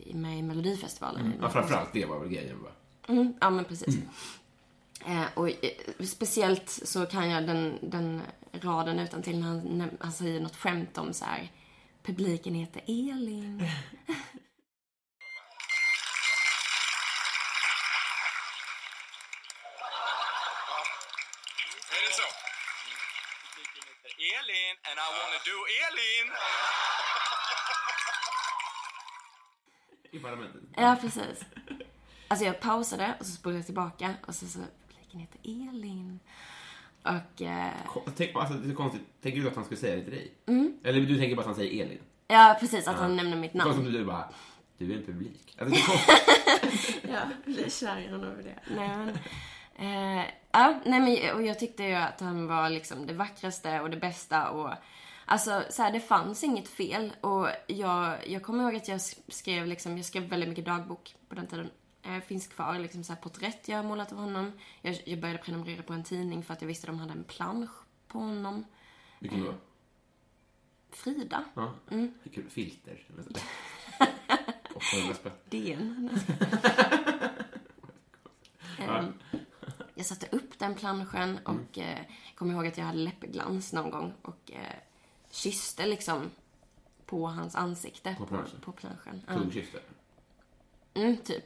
D: eh, med i Melodifestivalen.
C: Ja, framförallt det var väl grejen va?
D: Mm, ja men precis. Eh, och eh, speciellt så kan jag den, den raden utan till när han, när han säger något skämt om så här. Publiken heter Elin.
F: Är det så? Publiken heter Elin, and I wanna do Elin!
C: I Parlamentet.
D: Ja, precis. Alltså jag pausade och så spolade jag tillbaka och så så publiken heter Elin. Och eh,
C: Ko- Tänk, alltså, det är konstigt. Tänker du att han skulle säga det till dig?
D: Mm.
C: Eller du tänker bara att han säger Elin?
D: ja, precis att han nämner mitt
C: Konstigt
D: namn.
C: om du bara, du är en publik. Alltså, det är konstigt.
D: Ja, blir kär i honom över det. Nej, men, eh, ja, nej, men och jag tyckte ju att han var liksom det vackraste och det bästa och alltså så här, det fanns inget fel och jag, jag kommer ihåg att jag skrev liksom, jag skrev väldigt mycket dagbok på den tiden. Eh, finns kvar liksom så här porträtt jag har målat av honom. Jag, jag började prenumerera på en tidning för att jag visste att de hade en plansch på honom.
C: Vilken då?
D: Frida.
C: Ja.
D: Mm.
C: Kul. Filter. 800 spänn.
D: DN. Ehm, jag satte upp den planschen
C: Mm.
D: och eh, kom ihåg att jag hade läppglans någon gång och eh, kysste liksom på hans ansikte.
C: På planschen?
D: På planschen. Ja.
C: Tungkyssar.
D: Mm, typ.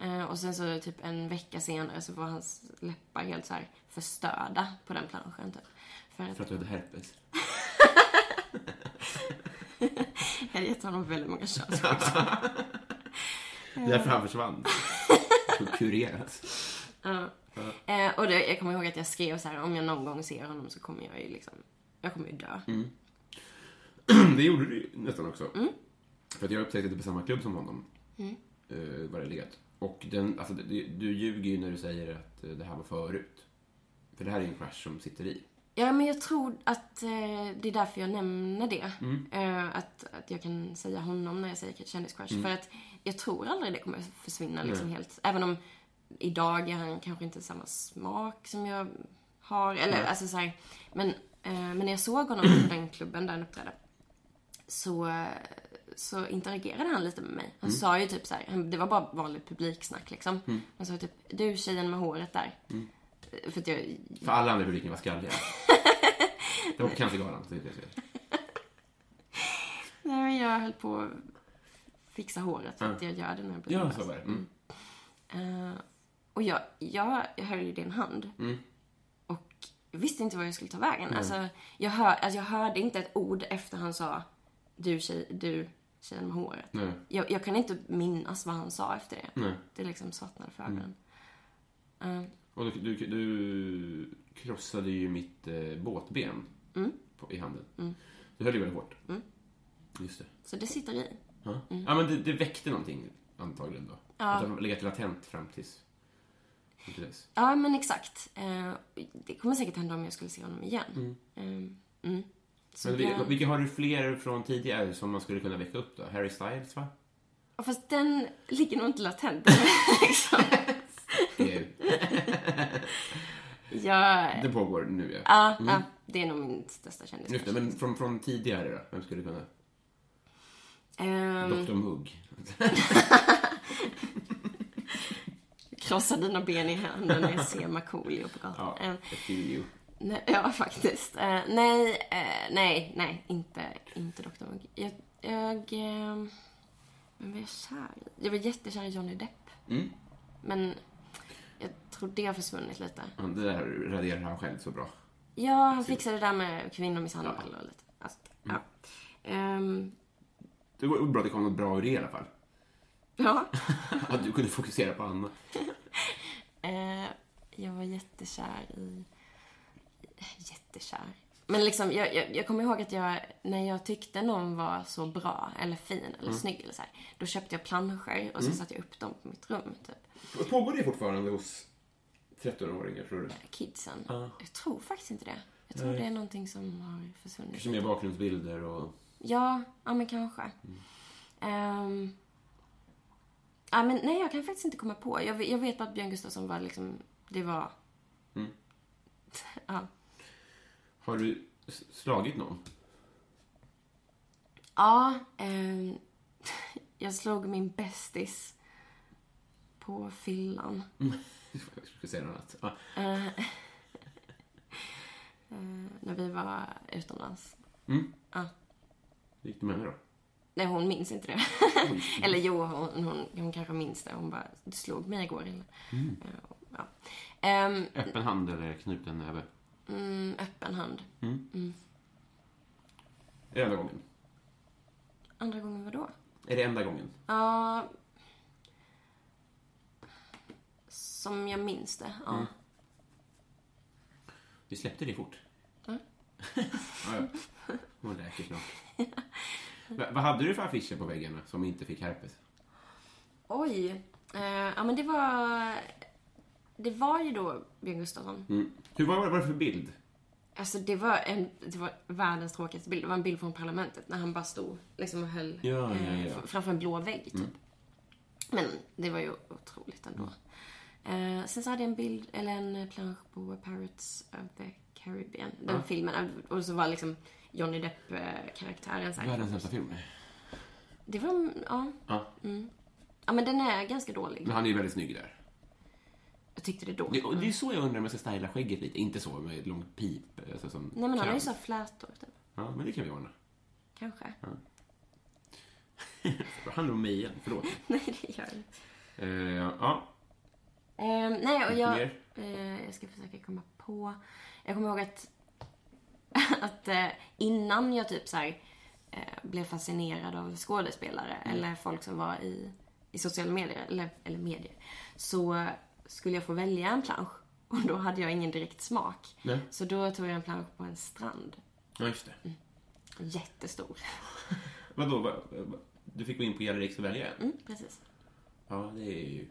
D: Eh, och sen så typ en vecka senare så var hans läppar helt så här förstörda på den planschen typ. För att
C: För att du hade herpes.
D: jag hade gett honom väldigt många köns.
C: Det är därför han försvann. Skulle kureras.
D: Eh, och det, jag kommer ihåg att jag skrev så här om jag någon gång ser honom så kommer jag ju liksom, jag kommer ju dö.
C: Det gjorde du ju nästan också. För att jag upptäckte att det var samma klubb som honom. Mm. Var det legat. Och den, alltså, det, du ljuger ju när du säger att eh, det här var förut. För det här är ju en crush som sitter i.
D: Ja, men jag tror att eh, det är därför jag nämner det. Eh, att, att jag kan säga honom när jag säger kändiscrush. För att jag tror aldrig det kommer försvinna liksom helt. Även om idag är han kanske inte samma smak som jag har. Eller alltså så här, men, eh, men när jag såg honom på den klubben där han uppträdde. Så, eh, så interagerade han lite med mig. Han sa ju typ så här, han- det var bara vanligt publiksnack liksom. Han sa typ, du tjejen med håret där. För att jag
C: För alla andra i publiken var skalliga. Det var på Cancergalan. så det vet jag.
D: Nej, men jag höll på att fixa håret för att jag gör det när jag blir
C: Ja,
D: nervös.
C: så var det. Mm.
D: Eh, och jag, jag, jag höll ju din hand.
C: Mm.
D: Och visste inte vad jag skulle ta vägen. Alltså, jag, hör, alltså, jag hörde inte ett ord efter han sa du, tjej, du tjejen med håret.
C: Nej.
D: Jag, jag kan inte minnas vad han sa efter det.
C: Nej. Mm.
D: Det liksom svartnade för ögonen.
C: Och du, du, du krossade ju mitt eh, båtben på, i handen. Du höll ju väldigt hårt. Just det.
D: Så det sitter i.
C: Ja,
D: Mm.
C: ja men det, det väckte någonting antagligen då. Att det har legat latent fram tills... fram till dess.
D: Ja, men exakt. Eh, det kommer säkert hända om jag skulle se honom igen.
C: Mm.
D: Eh, mm. Så
C: Men vilka,
D: den-
C: vilka har du fler från tidigare som man skulle kunna väcka upp då? Harry Styles va?
D: Ja, Fast den ligger nog inte latent. Den är liksom.
C: Det, är,
D: Jag,
C: det pågår nu ja.
D: ja, ja, det är nog min största kändis.
C: Mm. Just det, men från, från tidigare då? Vem skulle kunna?
D: Ehm,
C: Dr Mugg.
D: krossa dina ben i handen när jag ser Markoolio på gatan.
C: Ja,
D: Ehm,
C: jag ser ju.
D: nej, ja, faktiskt. Eh, nej, eh, nej, nej, inte, inte Dr Mugg. Jag, jag ehm, Men var jag kär i? Jag var jättekär i Johnny Depp. Men jag tror det har försvunnit lite.
C: Ja, Det där raderar han själv så bra.
D: Ja, han fixade det där med kvinnomisshandel och lite. Alltså, ja. Ehm,
C: Det var bra att det kom något bra ur det i alla fall.
D: ja.
C: Att du kunde fokusera på annat.
D: Eh, jag var jättekär i... Jättekär. Men liksom, jag, jag, jag kommer ihåg att jag, när jag tyckte någon var så bra eller fin eller snygg eller så här, då köpte jag planscher och så satte jag upp dem på mitt rum, typ.
C: Pågår det fortfarande hos 13-åringar, tror du?
D: Kidsen. Jag tror faktiskt inte det. Jag tror det är någonting som har försvunnit.
C: Kanske mer bakgrundsbilder och...
D: Ja, ja men kanske. Ehm, ja, men nej, jag kan faktiskt inte komma på. Jag, vet- jag vet bara att Björn Gustafsson var liksom, det var... ja.
C: Har du s- slagit någon?
D: Ja, ehm, jag slog min bästis på fyllan.
C: Jag skulle säga något annat. Ja.
D: När vi var utomlands.
C: gick du med henne då?
D: Nej, hon minns inte det. eller jo, hon, hon, hon kanske minns det. Hon bara, du slog mig igår. Eller? Eh, ja. Ehm,
C: Öppen hand eller knuten näve?
D: mm, öppen hand.
C: Är det enda gången?
D: Andra gången vadå?
C: Är det enda gången?
D: Ja. Som jag minns det, ja.
C: Vi släppte det fort.
D: Ja.
C: ja, ja. Hon läker snart. Va- vad hade du för affischer på väggarna som inte fick herpes?
D: Oj. Eh, ja, men det var... Det var ju då Björn Gustafsson.
C: Mm. Hur var, vad var det för bild?
D: Alltså det var, en, det var världens tråkigaste bild. Det var en bild från parlamentet när han bara stod liksom, och höll
C: Ja, ja,
D: eh,
C: ja. Mm.
D: fr- framför en blå vägg. Typ. Men det var ju otroligt ändå.
C: Mm.
D: Eh, sen så hade jag en bild, eller en eh, plansch på Pirates of the Caribbean. Den filmen. Och så var liksom Johnny Depp-karaktären så här.
C: Världens sämsta film.
D: Det var, ja. Mm.
C: Ja.
D: Ja men den är ganska dålig.
C: Men han är ju väldigt snygg där.
D: Jag tyckte det då.
C: Det, och det är så jag undrar om jag ska styla skägget lite. Inte så med ett långt pip. Alltså, som
D: Nej men han har
C: kram.
D: ju så här flätor typ.
C: Ja, men det kan vi ordna.
D: Kanske.
C: Han och mig igen, förlåt.
D: Nej det gör det inte.
C: Eh, ja.
D: Ehm, nej, och
C: Lite
D: jag,
C: mer?
D: eh, jag ska försöka komma på. Jag kommer ihåg att, att eh, innan jag typ så här, eh, blev fascinerad av skådespelare
C: Mm.
D: eller folk som var i, i sociala medier, eller, eller medier, så skulle jag få välja en plansch. Och då hade jag ingen direkt smak.
C: Nej.
D: Så då tog jag en plansch på en strand.
C: ja, just det.
D: Jättestor.
C: Vadå, va, va, du fick gå in på Gallerix och välja en?
D: Mm, precis.
C: Ja, det är ju...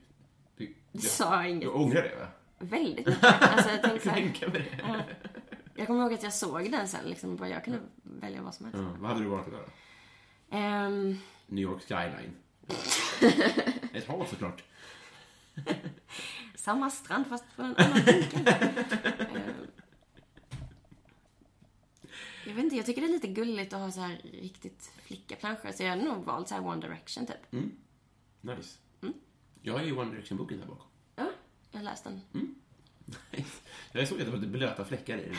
C: Du,
D: Det
C: du,
D: sa jag
C: du
D: inget.
C: ångrar det, va?
D: Väldigt mycket. Alltså, jag, tänkte så här,
C: Tänka mig det.
D: jag kommer ihåg att jag såg den sen. Liksom, och bara, jag kunde välja vad som helst.
C: Ja, vad hade du valt idag då?
D: Ehm,
C: New York skyline. Ett hav såklart.
D: Samma strand fast från en annan vinkel. Eh, jag vet inte, jag tycker det är lite gulligt att ha så här riktigt flickaplanscher. Så jag hade nog valt så här One Direction typ.
C: Nice. Jag har ju One Direction-boken här bakom.
D: Ja, jag har läst den.
C: Jag såg att det var lite blöta fläckar i den.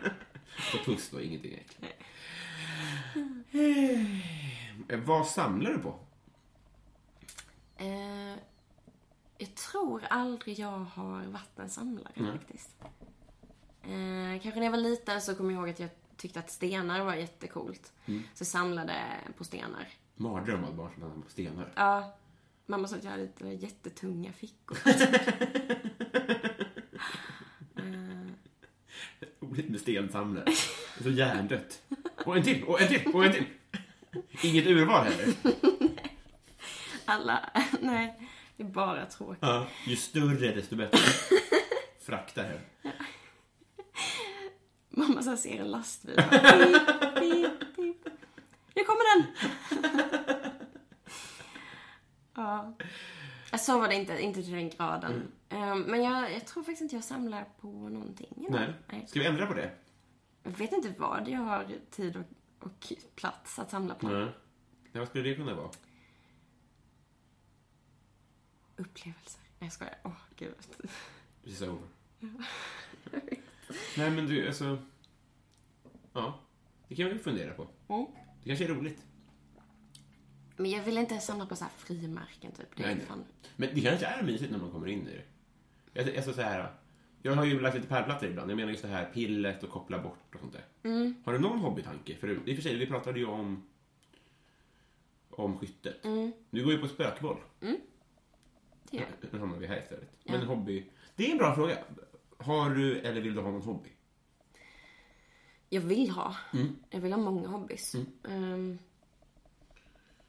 C: På puss då, ingenting egentligen. Eh, Vad samlar du på?
D: Eh, jag tror aldrig jag har varit en samlare faktiskt. Eh, kanske när jag var liten så kommer jag ihåg att jag tyckte att stenar var jättecoolt. Så jag samlade på stenar.
C: Mardröm att barn som hamnar på stenar.
D: Ja. Mamma sa att jag hade lite jättetunga fickor.
C: Roligt med stensamlare. Det är Så hjärndött. Och en till, och en till, och en till. Inget urval heller.
D: Alla, nej, det är bara tråkigt.
C: Ja, ju större desto bättre. Frakta här.
D: Mamma så här ser en lastbil. Pip, pip, pip. Nu kommer den! ja. Så var det inte, inte till den graden.
C: Mm.
D: Ehm, Men jag, jag tror faktiskt inte jag samlar på någonting.
C: Nej.
D: Nej.
C: Ska vi ändra på det?
D: Jag vet inte vad jag har tid och, och plats att samla på.
C: Nej. Ja, vad skulle det kunna vara?
D: Upplevelser. Nej, jag skojar. Åh, gud.
C: Precis over. Nej, men du, alltså... Ja, det kan vi fundera på. Det kanske är roligt.
D: Men jag vill inte samla på så här frimärken typ. Det är
C: Nej,
D: ju
C: nej.
D: fan...
C: Men det kanske är mysigt när man kommer in i det. Jag, jag, så så här, jag har ju lagt lite pärlplattor ibland. Jag menar just det här pillet och koppla bort och sånt där.
D: Mm.
C: Har du någon hobbytanke? För, I och för sig, vi pratade ju om, om skyttet.
D: Mm.
C: Du går ju på spökboll.
D: Det gör jag.
C: Nu hamnar vi här istället. Men hobby. Det är en bra fråga. Har du eller vill du ha någon hobby?
D: jag vill ha. Jag vill ha många hobbys. Ehm,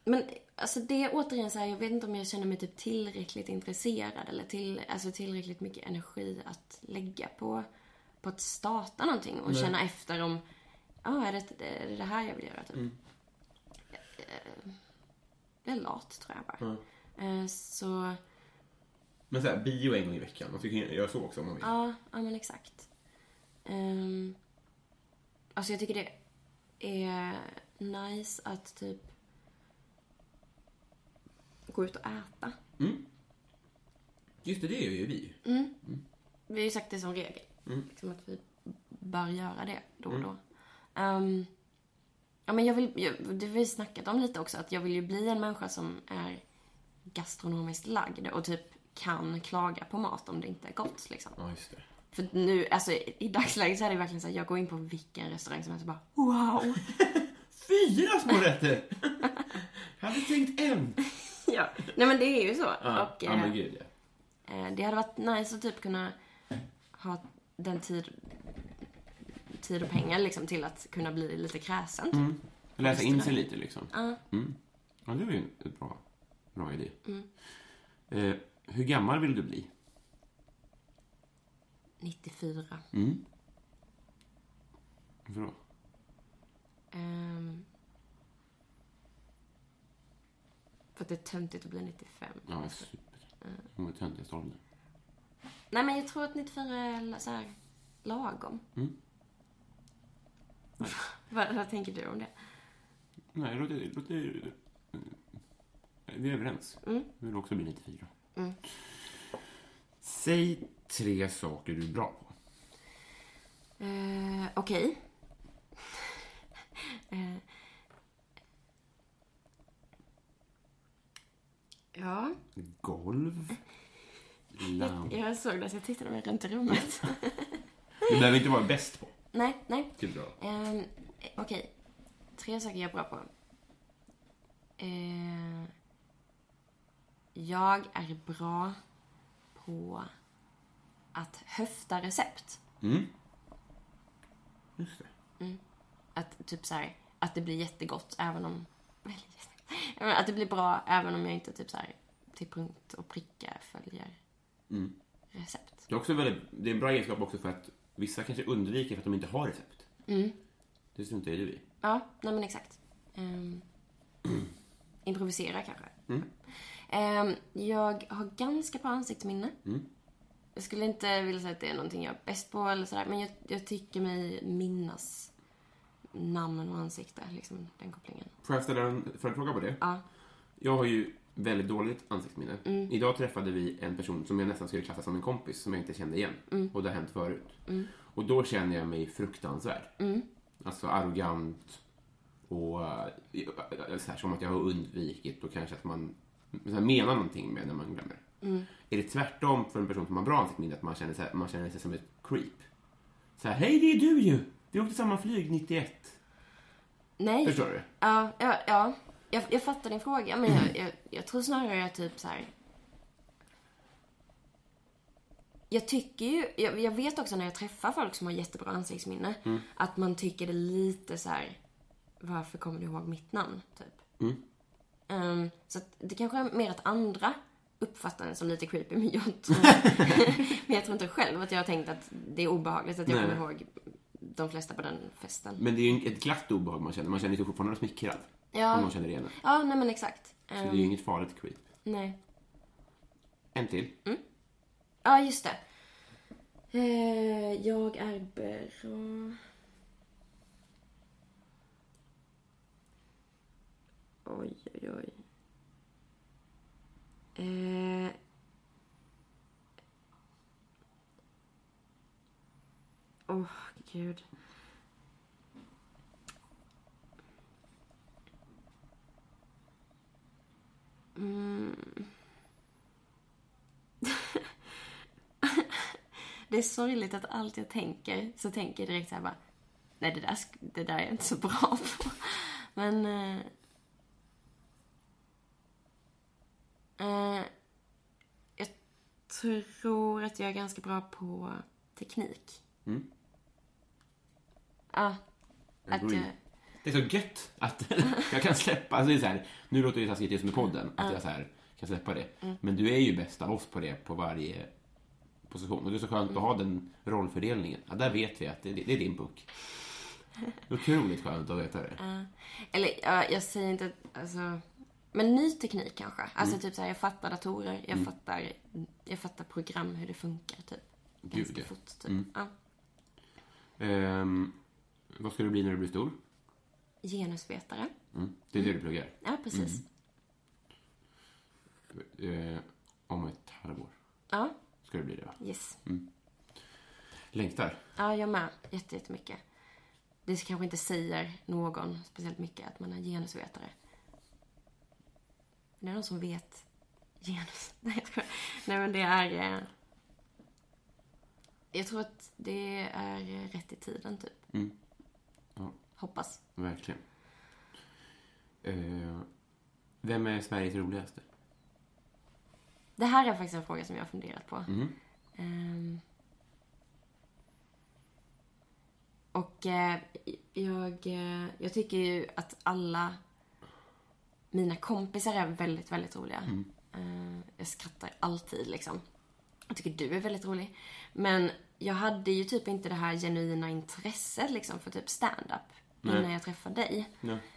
D: men alltså det är återigen så här, jag vet inte om jag känner mig typ tillräckligt intresserad eller till, alltså tillräckligt mycket energi att lägga på, på att starta någonting och känna efter om, ja är, det, är det det här jag vill göra typ. Ehm, Jag är lat tror jag bara. Ehm, så,
C: Men så här, bio en gång i veckan. Man tycker göra så också om man vill.
D: Ja, ja men exakt. Um, alltså jag tycker det är nice att typ gå ut och äta.
C: Just det, det gör ju vi.
D: Mm. Vi har ju sagt det som regel. Liksom att vi bör göra det då och då. Ehm, ja, men jag vill, jag, det har vi snackat om lite också, att jag vill ju bli en människa som är gastronomiskt lagd och typ kan klaga på mat om det inte är gott liksom.
C: Ja, just det.
D: För nu, alltså i dagsläget så är det verkligen så här, jag går in på vilken restaurang som helst och bara wow!
C: Fyra små rätter! jag hade tänkt en.
D: ja. Nej men det är ju så.
C: Ja,
D: och,
C: ja men
D: eh,
C: gud ja.
D: eh, det hade varit nice att typ kunna ha den tid, tid och pengar liksom till att kunna bli lite kräsen. Typ.
C: Mm. Läsa in sig lite liksom. Mm. Ja, det var ju en bra, bra idé. Eh, hur gammal vill du bli?
D: 94.
C: Mm. Varför då?
D: Ehm, för att det är töntigt att bli 95.
C: Ja, super. Hon var töntigast ålder.
D: Nej men jag tror att 94 är la- så här, lagom.
C: Mm.
D: vad, vad tänker du om det?
C: Nej, det låter... Det, låter, vi är överens. Mm. Jag vill också bli 94. Säg tre saker du är bra på.
D: Eh, Okej. Eh. Ja,
C: Golv. Lamp.
D: jag såg det så jag tittade mig runt i rummet.
C: Du behöver inte vara bäst på.
D: nej, nej.
C: Det är bra.
D: Um, Okej. Tre saker jag är bra på. Eh, jag är bra på att höfta recept.
C: Mm.
D: Mm.
C: Just det.
D: Att typ så här, att det blir jättegott även om... Men Att det blir bra även om jag inte typ så här, till punkt och pricka följer
C: Mm.
D: recept.
C: Det är också väldigt, det är en bra egenskap också för att vissa kanske undviker för att de inte har recept. Det struntar ju du i.
D: Ja, nej men exakt. Ehm, improvisera kanske. Ehm, jag har ganska bra ansiktsminne. Jag skulle inte vilja säga att det är någonting jag är bäst på eller sådär, men jag, jag tycker mig minnas namn och ansikte, liksom den kopplingen.
C: Får jag ställa en följdfråga på det? Jag har ju väldigt dåligt ansiktsminne. Idag träffade vi en person som jag nästan skulle klassa som en kompis som jag inte kände igen. Och det har hänt förut. Och då känner jag mig fruktansvärd. Alltså arrogant och eh, så här, som att jag har undvikit och kanske att man så här, menar någonting med när man glömmer. Är det tvärtom för en person som har bra ansiktsminne att man känner, så här, man känner sig som ett creep? Så här, hej det är du ju! Vi åkte samma flyg 91.
D: Nej.
C: Förstår du?
D: Ja, ja, ja. Jag, jag fattar din fråga, men jag, jag, jag tror snarare jag typ så här. Jag tycker ju, jag, jag vet också när jag träffar folk som har jättebra ansiktsminne,
C: Mm.
D: att man tycker det är lite så här. varför kommer du ihåg mitt namn? Typ.
C: Mm.
D: Ehm, så att det kanske är mer att andra uppfattar en som lite creepy, men jag tror, men jag tror inte själv att jag har tänkt att det är obehagligt att jag
C: Nej. Mm.
D: kommer ihåg de flesta på den festen.
C: Men det är ju ett glatt obehag man känner. Man känner sig fortfarande smickrad.
D: Ja.
C: Om man känner igen det.
D: Ja, nej men exakt.
C: Så
D: Ehm,
C: det är ju inget farligt creep.
D: Nej.
C: En till.
D: Mm, Ja, just det. Eh, jag är bra... Oj, oj, oj. Eh... Åh, gud. Det är sorgligt att allt jag tänker, så tänker jag direkt så här bara, nej det där, sk- det där är jag inte så bra på. Men... Eh, eh, jag tror att jag är ganska bra på teknik. Ja. Att eh,
C: går in.
D: jag,
C: Det är så gött att jag kan släppa, alltså det är så här, nu låter det taskigt just med podden, att jag så här, kan släppa det.
D: Mm.
C: Men du är ju bäst av oss på det, på varje position. Och det är så skönt att ha den rollfördelningen. Ja, där vet vi att det, det är din puck. Otroligt skönt att veta det.
D: Eller ja, jag säger inte att- alltså, men ny teknik kanske. Alltså
C: Mm.
D: typ så här, jag fattar datorer, jag, fattar, jag fattar program, hur det funkar typ. Ganska
C: Gud, Mm. ja.
D: fort typ. Ja.
C: Ehm, vad ska du bli när du blir stor?
D: Genusvetare.
C: Mm. Det är det du pluggar?
D: Ja, precis.
C: Mm. Eh, om ett halvår
D: Ja,
C: ska det bli det, va?
D: yes.
C: Längtar?
D: Ja, jag med. Jätte, jättemycket. Det kanske inte säger någon speciellt mycket att man är genusvetare. Men det är någon som vet genus. Nej, jag skojar. Nej, men det är... eh, Jag tror att det är eh, rätt i tiden, typ.
C: Ja.
D: Hoppas.
C: Verkligen. Eh, vem är Sveriges roligaste?
D: Det här är faktiskt en fråga som jag har funderat på. Ehm. och eh, jag, eh, jag tycker ju att alla mina kompisar är väldigt, väldigt roliga. Eh, jag skrattar alltid liksom. Jag tycker du är väldigt rolig. Men jag hade ju typ inte det här genuina intresset liksom för typ stand-up innan jag träffade dig.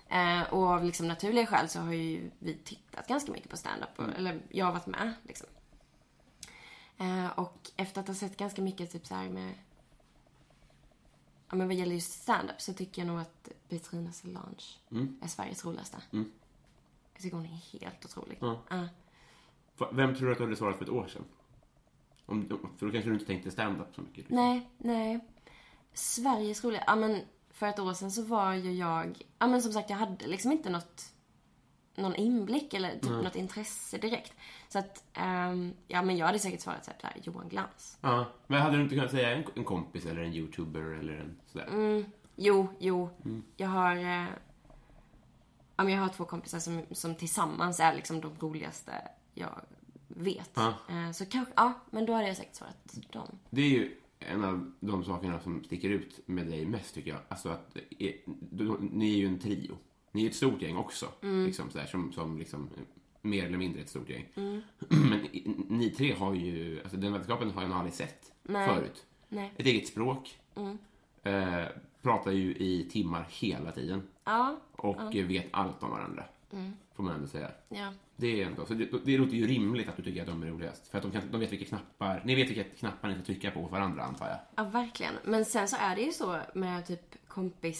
D: Eh, och av liksom naturliga skäl så har ju vi tittat ganska mycket på stand-up. och- Eller jag har varit med liksom. Eh, och efter att ha sett ganska mycket typ så här med... Ja men vad gäller just stand-up så tycker jag nog att Petrina Solange är Sveriges roligaste. Jag tycker hon är helt otrolig. Ja.
C: Va- Vem tror du att du hade svarat för ett år sedan? Om, för då kanske du inte tänkte stand-up så mycket. liksom.
D: Nej, nej. Sveriges roliga... Ja, men för ett år sedan så var ju jag... Ja, men som sagt, jag hade liksom inte något... Någon inblick eller typ något intresse direkt. Så att... ehm, ja, men jag hade säkert svarat typ såhär, Johan Glans.
C: Ja, men hade du inte kunnat säga en, en kompis eller en youtuber eller en sådär?
D: Jo, jo. Jag har... Eh, ja, men jag har två kompisar som, som tillsammans är liksom de roligaste jag vet.
C: Ja.
D: Eh, så kanske... Ja, men då hade jag säkert svarat dem.
C: Det är ju en av de sakerna som sticker ut med dig mest tycker jag. Alltså att eh, du, ni är ju en trio. Ni är ett stort gäng också.
D: Mm.
C: Liksom, sådär, som, som liksom, eh, mer eller mindre ett stort gäng.
D: Mm.
C: Men i- ni tre har ju, alltså den vänskapen har jag nog aldrig sett
D: Nej.
C: förut.
D: Nej. Mm.
C: Ett eget språk. Eh, pratar ju i timmar hela tiden.
D: Ja, Mm.
C: Och eh, vet allt om varandra. Får man ändå säga.
D: ja.
C: Det är ändå, så det, det låter ju rimligt att du tycker att de är roligast. För att de, kan, de vet vilka knappar, ni vet vilka knappar ni ska trycka på åt varandra antar jag.
D: Ja, verkligen. Men sen så är det ju så med typ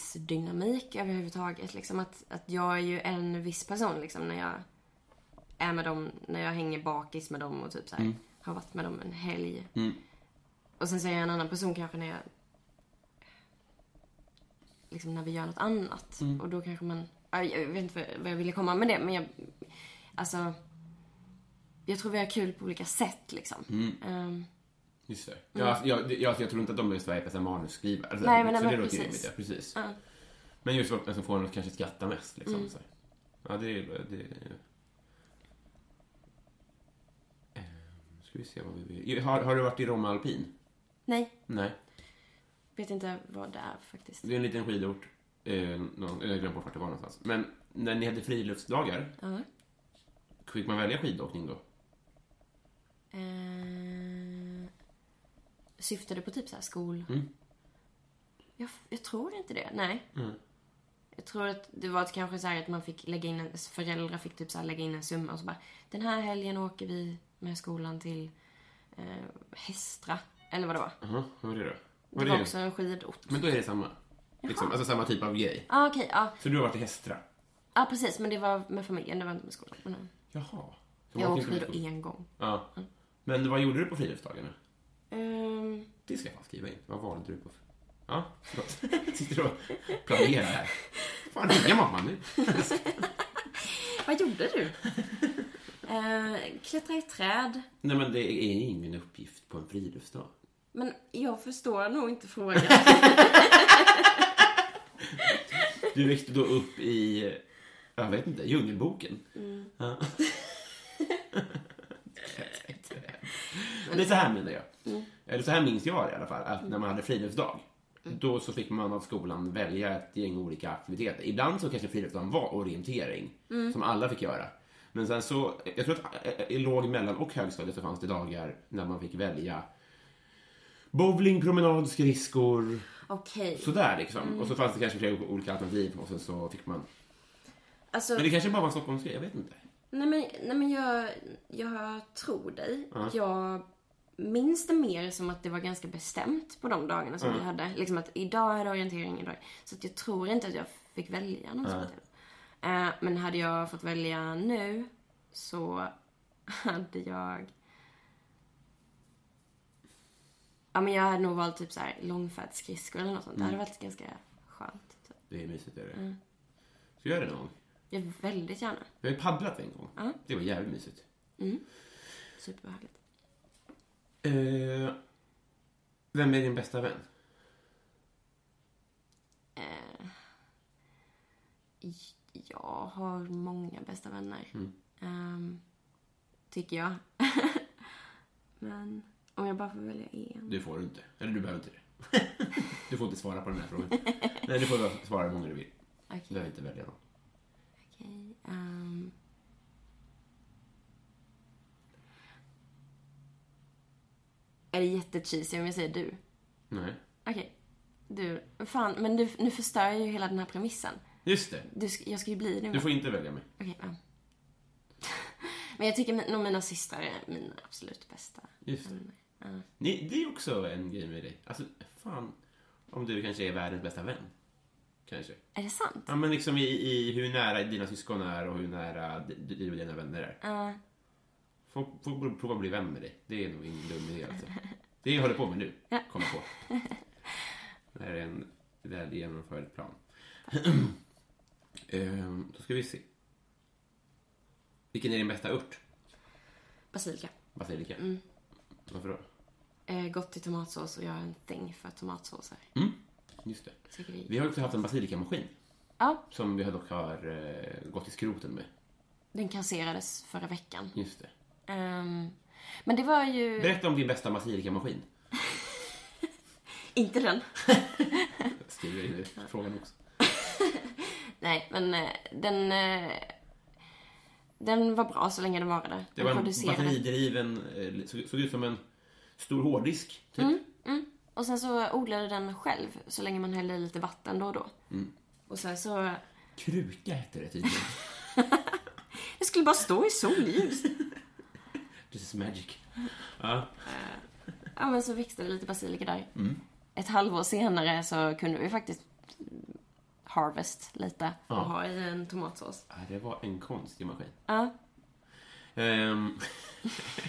D: kompisdynamik överhuvudtaget. Liksom att, att jag är ju en viss person liksom när jag är med dem, när jag hänger bakis med dem och typ så här, har varit med dem en helg. Och sen så är jag en annan person kanske när jag liksom när vi gör något annat. Och då kanske man, ja, jag vet inte vad- vad jag ville komma med det men jag, alltså jag tror vi har kul på olika sätt liksom. Ehm,
C: Just det. Ja, alltså, jag, jag, alltså, jag tror inte att de är Sveriges bästa manusskrivare. Alltså,
D: Mm. Nej, men-
C: så
D: men
C: det låter ju
D: precis.
C: rimligt, ja, precis. Men just vad som får en att kanske skratta mest. Liksom,
D: Mm.
C: så. här. Ja, det är... Det är... Ehm, Ska vi se vad vi vill. Har, har du varit i Romme Alpin?
D: nej.
C: Nej.
D: Vet inte vad det är faktiskt.
C: Det är en liten skidort. Eh, någon, jag glömde bort vart det var någonstans. Men när ni hade friluftsdagar,
D: Ja.
C: fick man välja skidåkning då?
D: Eh, syftade på typ så här skol...
C: Mm.
D: Jag, jag tror inte det, nej.
C: Mm.
D: Jag tror att det var att kanske så här att man fick lägga in, en- föräldrar fick typ så här lägga in en summa och så bara Den här helgen åker vi med skolan till eh, Hästra, eller vad det var.
C: Jaha, vad var det då?
D: Det
C: Vad är
D: var
C: det?
D: också en skidort.
C: Men då är det samma. Liksom, alltså samma typ av grej.
D: Ja, ah, okej, ja.
C: Så du har varit i Hästra?
D: Ja, precis, men det var med familjen, det var inte med skolan. Men, ja.
C: Jaha. Så
D: jag
C: man
D: åkte
C: åkte inte
D: skidor
C: med-
D: en gång.
C: Ja. Men vad gjorde du på friluftsdagarna?
D: Ehm,
C: Det ska jag fan skriva in. Vad valde du på... f- Ja, förlåt. Sitter du och planerar här. Fan, ringa mamma nu.
D: Vad gjorde du? eh, klättra i träd.
C: Nej, men det är ingen uppgift på en friluftsdag.
D: Men jag förstår nog inte frågan.
C: Du växte då upp i, jag vet inte, Djungelboken? Ja. Det är så här menar jag. Eller så här minns jag i alla fall, att när man hade friluftsdag, då så fick man av skolan välja ett gäng olika aktiviteter. Ibland så kanske friluftsdagen var orientering, som alla fick göra. Men sen så, jag tror att eh, i låg-, mellan och högstadiet så fanns det dagar när man fick välja bowling, promenad, skridskor,
D: Okej.
C: sådär liksom. Och så fanns det kanske flera olika alternativ och sen så fick man...
D: Alltså,
C: Men det kanske bara var en Stockholmsgrej, jag vet inte.
D: nej men, nej men jag, jag tror dig. Jag minns det mer som att det var ganska bestämt på de dagarna som vi hade. Liksom att idag är det orientering idag. Så att jag tror inte att jag fick välja någon sån typ. Eh, Men hade jag fått välja nu så hade jag... Ja men jag hade nog valt typ såhär långfärdsskridskor eller något sånt. Det hade varit ganska skönt. Typ.
C: Det är mysigt, är det. Så gör det någon gång.
D: Jag vill väldigt gärna.
C: Vi har ju paddlat en gång. Det var jävligt mysigt.
D: Superbehagligt.
C: Eh, vem är din bästa vän?
D: Jag har många bästa vänner. Ehm, tycker jag. Men om jag bara får välja en.
C: Det får du inte. Eller du behöver inte det. du får inte svara på den här frågan. Nej, du får bara svara hur många du vill.
D: Okej.
C: Du behöver inte välja någon.
D: Okej. ehm. är det jättecheesy om jag säger du?
C: Nej.
D: Okej. Du. Fan, men du, nu förstör jag ju hela den här premissen.
C: Just det.
D: Du, sk- jag ska ju bli din
C: Du
D: vän.
C: får inte välja mig.
D: Okej, ja. Men jag tycker min- nog mina systrar är mina absolut bästa.
C: Just det. Ni, det är också en grej med dig. Alltså, fan. Om du kanske är världens bästa vän. Kanske.
D: Är det sant?
C: Ja, men liksom i, i hur nära dina syskon är och hur nära d- du och dina vänner är.
D: Ja.
C: Folk får prova att bli vän med dig. Det är nog ingen dum idé alltså. Det jag håller på med nu, kommer jag på. Det här är en väl genomförd plan. Ehm, Då ska vi se. Vilken är din bästa ört?
D: Basilika.
C: Basilika? Varför då?
D: Eh, gott i tomatsås och jag har en thing för tomatsåser.
C: Mm. Just det.
D: Tycker det är-
C: Vi har också haft en basilikamaskin
D: Ja,
C: som vi dock har eh, gått i skroten med.
D: den kasserades förra veckan.
C: Just det.
D: Ehm, men det var ju...
C: Berätta om din bästa basilikamaskin.
D: Inte den.
C: Jag skriver in det i frågan också.
D: Nej, men eh, den... eh, Den var bra så länge den varade. Den
C: Det var en
D: producerade.
C: batteridriven, eh, såg, såg ut som en stor hårddisk, typ.
D: Och sen så odlade den själv så länge man hällde i lite vatten då och då.
C: Mm.
D: Och sen så...
C: Kruka hette det tydligen.
D: Det skulle bara stå i solljus.
C: This is magic. Ja.
D: ja, men så växte det lite basilika där.
C: Mm.
D: Ett halvår senare så kunde vi faktiskt harvest lite och ha i en tomatsås.
C: Ja, Det var en konstig maskin.
D: Ja.
C: Ehm,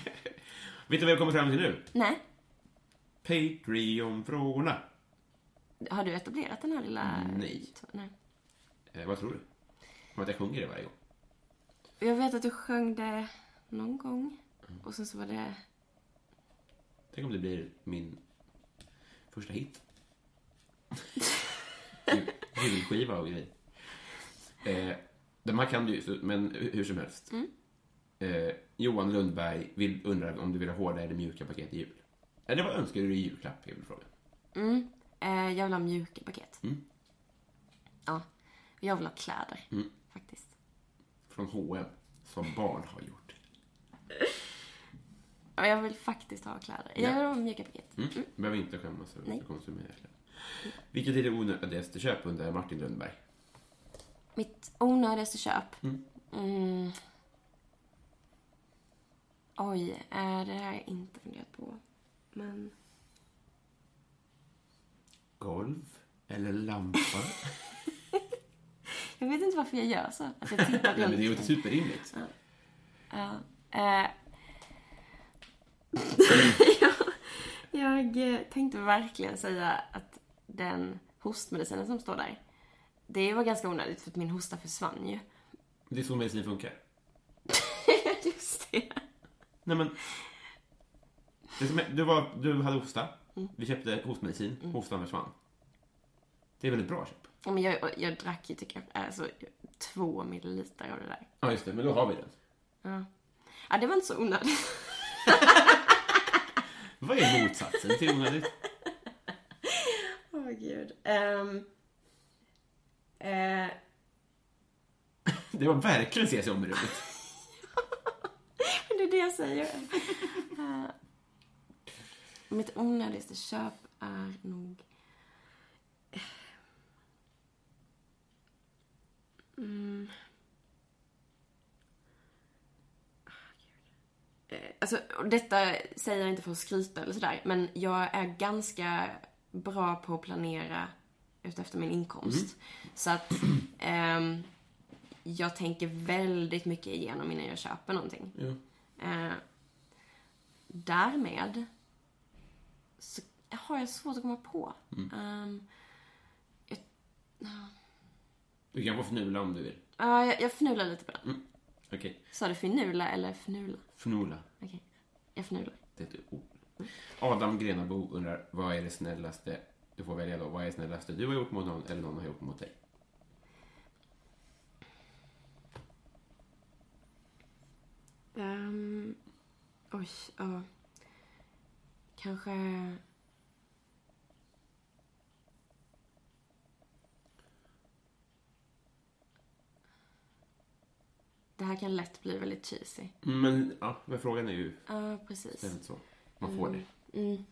C: Vet du vad jag kommer fram till nu?
D: Nej.
C: Patreon-frågorna.
D: Har du etablerat den här lilla...
C: Nej.
D: Nej.
C: Eh, vad tror du? Om att jag sjunger det varje gång?
D: Jag vet att du sjöng det någon gång.
C: Mm.
D: Och sen så var det...
C: Tänk om det blir min första hit. Jul- Julskiva och grejer. Eh, de här kan du ju, så- men hu- hur som helst. Eh, Johan Lundberg vill, undrar om du vill ha hårda eller mjuka paket i jul. Eller vad önskar du i julklapp? Är väl frågan.
D: Eh, jag vill ha mjuka paket.
C: Mm.
D: Ja. Jag vill ha kläder.
C: Mm.
D: Faktiskt.
C: Från H&M som barn har gjort.
D: Ja, jag vill faktiskt ha kläder. Jag
C: Ja.
D: vill ha mjuka paket.
C: Mm. Behöver inte skämmas över att
D: Nej.
C: du konsumerar kläder. Vilket är det onödigaste köp undrar Martin Lundberg.
D: Mitt onödigaste köp? Mm. Oj, eh, det här har jag inte funderat på. Men...
C: Golv eller lampa?
D: Jag vet inte varför jag gör så. Att jag tittar
C: Nej, men det är ju
D: runt.
C: inte superrimligt.
D: Eh, jag, jag eh, tänkte verkligen säga att den hostmedicinen som står där, det var ganska onödigt för att min hosta försvann ju.
C: Det är så medicin funkar.
D: Just det.
C: Nej men. Det som, är- du, var, du hade hosta. Vi köpte hostmedicin. Hostan försvann. Det är väl ett bra köp?
D: Ja, Men jag, jag drack ju tycker jag, alltså, två milliliter av det där.
C: Ja, just det. Men då har vi den.
D: Ja, det var inte så onödigt.
C: Vad är motsatsen till onödigt?
D: Åh gud. Ehm, eh,
C: Det var verkligen ses om i rummet.
D: det är det jag säger. Eh, mitt onödigaste köp är nog... eh, Mm. Ah, gud. Eh, Alltså, och detta säger jag inte för att skryta eller sådär, men jag är ganska bra på att planera utefter min inkomst. Så att ehm, jag tänker väldigt mycket igenom innan jag köper någonting.
C: Ja.
D: Eh, därmed så har jag svårt att komma på. Ehm,
C: Du kan få fnula om du vill.
D: ja, jag, jag fnular lite på den.
C: Okej.
D: Sa du finula eller fnula?
C: Fnula.
D: Okej, jag fnular.
C: Det är ett ord. Adam Grenabo undrar, vad är det snällaste, du får välja då, vad är det snällaste du har gjort mot någon eller någon har gjort mot dig?
D: Ehm, oj, ja. Kanske... Det här kan lätt bli väldigt cheesy.
C: Men, ja, men frågan är ju,
D: Ja,
C: det är
D: precis.
C: inte så. Man får det.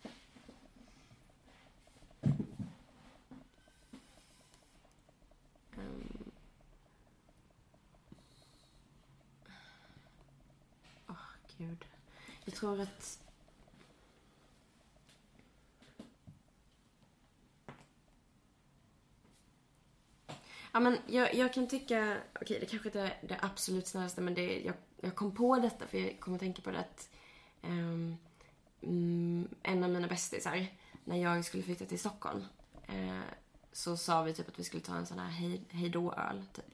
D: Gud. Jag tror att... Ja, men jag, jag kan tycka... Okej, det kanske inte är det absolut snällaste, men det, jag, jag kom på detta för jag kom att tänka på det att ehm, mm, en av mina bästisar, när jag skulle flytta till Stockholm, eh, så sa vi typ att vi skulle ta en sån här hej, hejdå-öl, typ.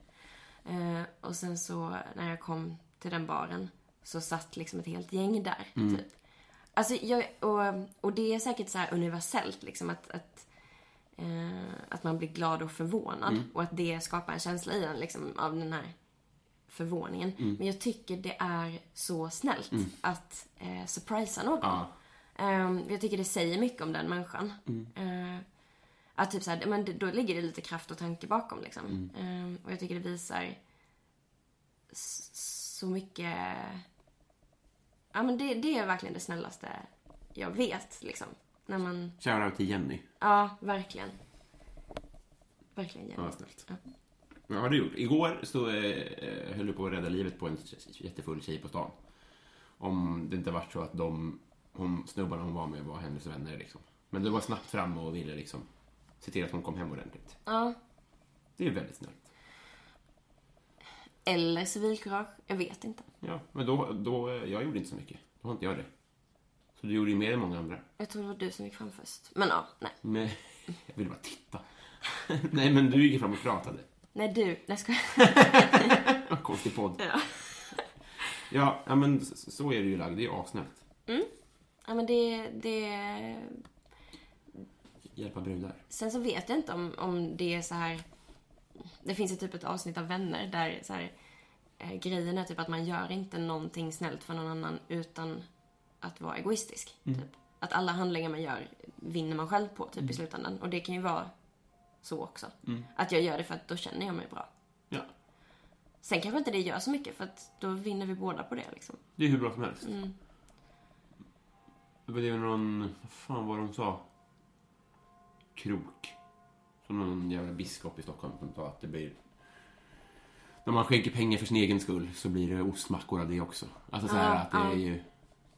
D: Eh, och sen så när jag kom till den baren så satt liksom ett helt gäng där. Typ. Alltså, jag, och, och det är säkert så här universellt liksom att, att, eh, att man blir glad och förvånad. Och att det skapar en känsla i en liksom, av den här förvåningen. Men jag tycker det är så snällt att eh, surprisa någon.
C: Ja.
D: Ehm, jag tycker det säger mycket om den människan. Eh, att typ så här, men det- då ligger det lite kraft och tanke bakom liksom. Ehm, och jag tycker det visar s- så mycket... Ja men det, det är verkligen det snällaste jag vet liksom. När man,
C: Shoutout till Jenny.
D: ja verkligen. Verkligen
C: Ja,
D: Jenny.
C: vad snällt. Vad har du gjort? Igår så eh, höll du på att rädda livet på en jättefull tjej på stan. Om det inte varit så att de hon, snubbarna hon var med var hennes vänner liksom. Men du var snabbt fram och ville liksom se till att hon kom hem ordentligt.
D: Ja.
C: Det är väldigt snällt.
D: Eller civilkurage, jag vet inte.
C: Ja, men då, då, eh, jag gjorde inte så mycket. Då har inte jag det. Så du gjorde ju mer än många andra.
D: Jag tror det var du som gick fram först. Men ja, nej.
C: Men, jag ville bara titta. Nej, men du gick fram och pratade.
D: Nej du, nej ska
C: Vad Konstig podd.
D: Ja.
C: Ja, ja, men s- så är det ju lagd. Det är ju asnällt.
D: Ja men det, det...
C: Hjälpa brudar.
D: Sen så vet jag inte om, om det är så här... Det finns ju typ ett avsnitt av Vänner där så här, eh, grejen är typ att man gör inte någonting snällt för någon annan utan att vara egoistisk. Typ. Att alla handlingar man gör vinner man själv på typ i slutändan. Och det kan ju vara så också. Att jag gör det för att då känner jag mig bra.
C: Ja,
D: Sen kanske inte det gör så mycket för att då vinner vi båda på det liksom.
C: det är hur bra som helst.
D: Mm.
C: Men Det var någon, vad fan var de sa? Krok. Som någon jävla biskop i Stockholm som sa att det blir... När man skänker pengar för sin egen skull så blir det ostmackor av det också. Alltså så här att det är ju...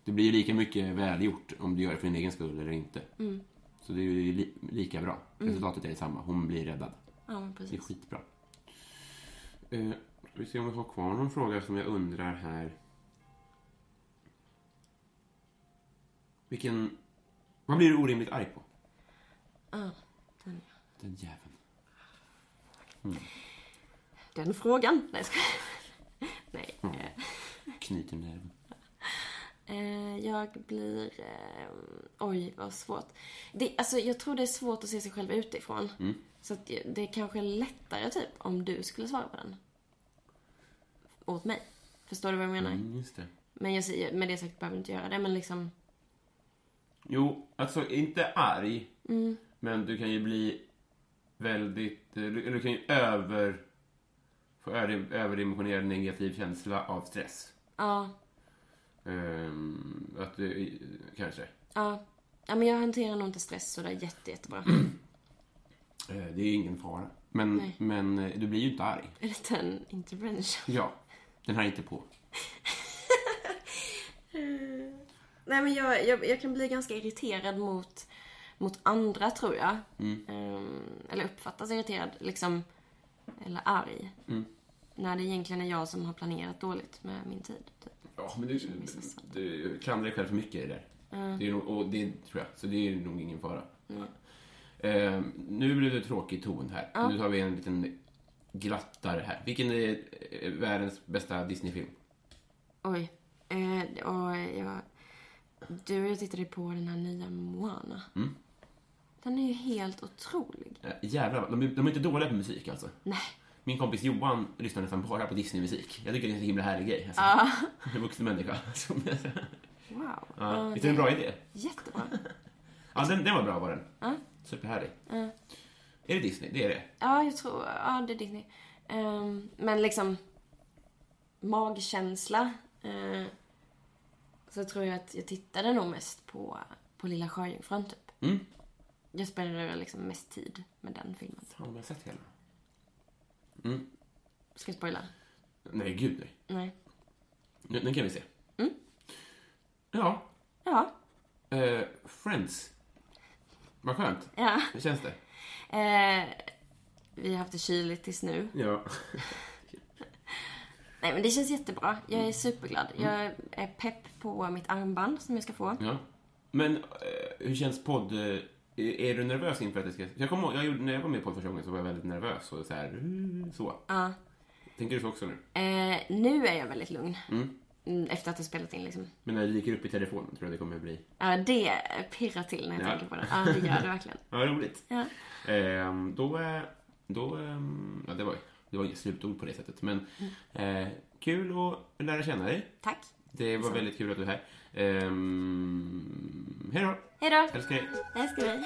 C: Det blir ju lika mycket välgjort om du gör det för din egen skull eller inte.
D: Mm.
C: Så det är ju li, lika bra. Resultatet är detsamma. Hon blir räddad.
D: Ja men
C: Det är
D: precis.
C: skitbra. Eh, vi ser om vi har kvar någon fråga som jag undrar här. Vilken... Vad blir du orimligt arg på?
D: Ja, den,
C: Den jäveln.
D: den frågan. Nej, jag skojar. Nej. eh,
C: Knyter nerven.
D: Eh, jag blir... Eh, oj, vad svårt. Det, alltså, jag tror det är svårt att se sig själv utifrån. Så att det- det är kanske är lättare typ om du skulle svara på den. Åt mig. Förstår du vad jag menar?
C: Mm, Just det.
D: Men jag säger, med det sagt behöver du inte göra det, men liksom...
C: Jo, alltså inte arg.
D: Mm.
C: Men du kan ju bli väldigt... eh, Du, eller du kan ju över... Få över- överdimensionerad negativ känsla av stress.
D: Ja,
C: Ehm, att du, kanske.
D: ja. Ja, men jag hanterar nog inte stress sådär jätte, jättebra.
C: Eh, det är ingen fara. Men,
D: Nej.
C: men eh, du blir ju inte arg.
D: En liten intervention.
C: Ja, den här är inte på.
D: Nej men jag, jag, jag kan bli ganska irriterad mot, mot andra tror jag. Ehm, eller uppfattas irriterad, liksom. Eller arg. När det egentligen är jag som har planerat dåligt med min tid. Typ.
C: Ja, men du, du klandrar dig själv för mycket i det där. Det är nog, och det tror jag, så det är nog ingen fara. Eh, nu blev det tråkig ton här. Nu tar vi en liten glattare här. Vilken är eh, världens bästa Disney-film?
D: Oj. Eh, och jag, du och jag tittade på den här nya Moana. Den är ju helt otrolig.
C: Eh, jävlar, de, är- de är inte dåliga på musik alltså.
D: Nej.
C: Min kompis Johan lyssnar nästan bara på Disney-musik. Jag tycker det är en så himla härlig grej. Alltså. En vuxen människa. som-
D: Wow.
C: ja.
D: Ja,
C: Visst är det en bra idé?
D: Jättebra.
C: Ja, den, den var bra var den. Superhärlig. Är det Disney? Det är det.
D: Ja, jag tror... Ja, det är Disney. Ehm, men liksom... Magkänsla. eh, så tror jag att jag tittade nog mest på, på Lilla Sjöjungfrun, typ.
C: Mm.
D: Jag spenderade liksom mest tid med den filmen.
C: Fan, har jag sett hela?
D: Ska jag spoila?
C: Nej, gud nej.
D: Nej.
C: Nu, nu kan vi se.
D: Mm.
C: Ja.
D: Ja.
C: Eh, Friends. Vad skönt.
D: Ja.
C: Hur känns det?
D: Eh, vi har haft det kyligt tills nu.
C: Ja.
D: Nej, men det känns jättebra. Jag är superglad.
C: Mm.
D: Jag är pepp på mitt armband som jag ska få.
C: ja. Men eh, hur känns podd... eh, Är, är du nervös inför att det ska... Jag kommer ihåg, jag gjorde, när jag var med i podd första gången så var jag väldigt nervös och så här... eh, Så.
D: Ja.
C: Tänker du så också nu?
D: Eh, nu är jag väldigt lugn.
C: Mm.
D: Mm, Efter att ha spelat in, liksom.
C: Men när det dyker upp i telefonen tror jag det kommer bli...
D: Ja, det pirrar till när jag
C: Ja.
D: tänker på det. Ja, det gör det verkligen.
C: Ja, roligt.
D: Ja.
C: Ehm, då... eh, då ehm, ja, det var, det var inget slutord på det sättet, men...
D: Mm.
C: Eh, kul att lära känna dig.
D: Tack.
C: Det var väldigt kul att du är här. Ehm, hej då!
D: Hej då.
C: Älskar dig!
D: Hej ska vi.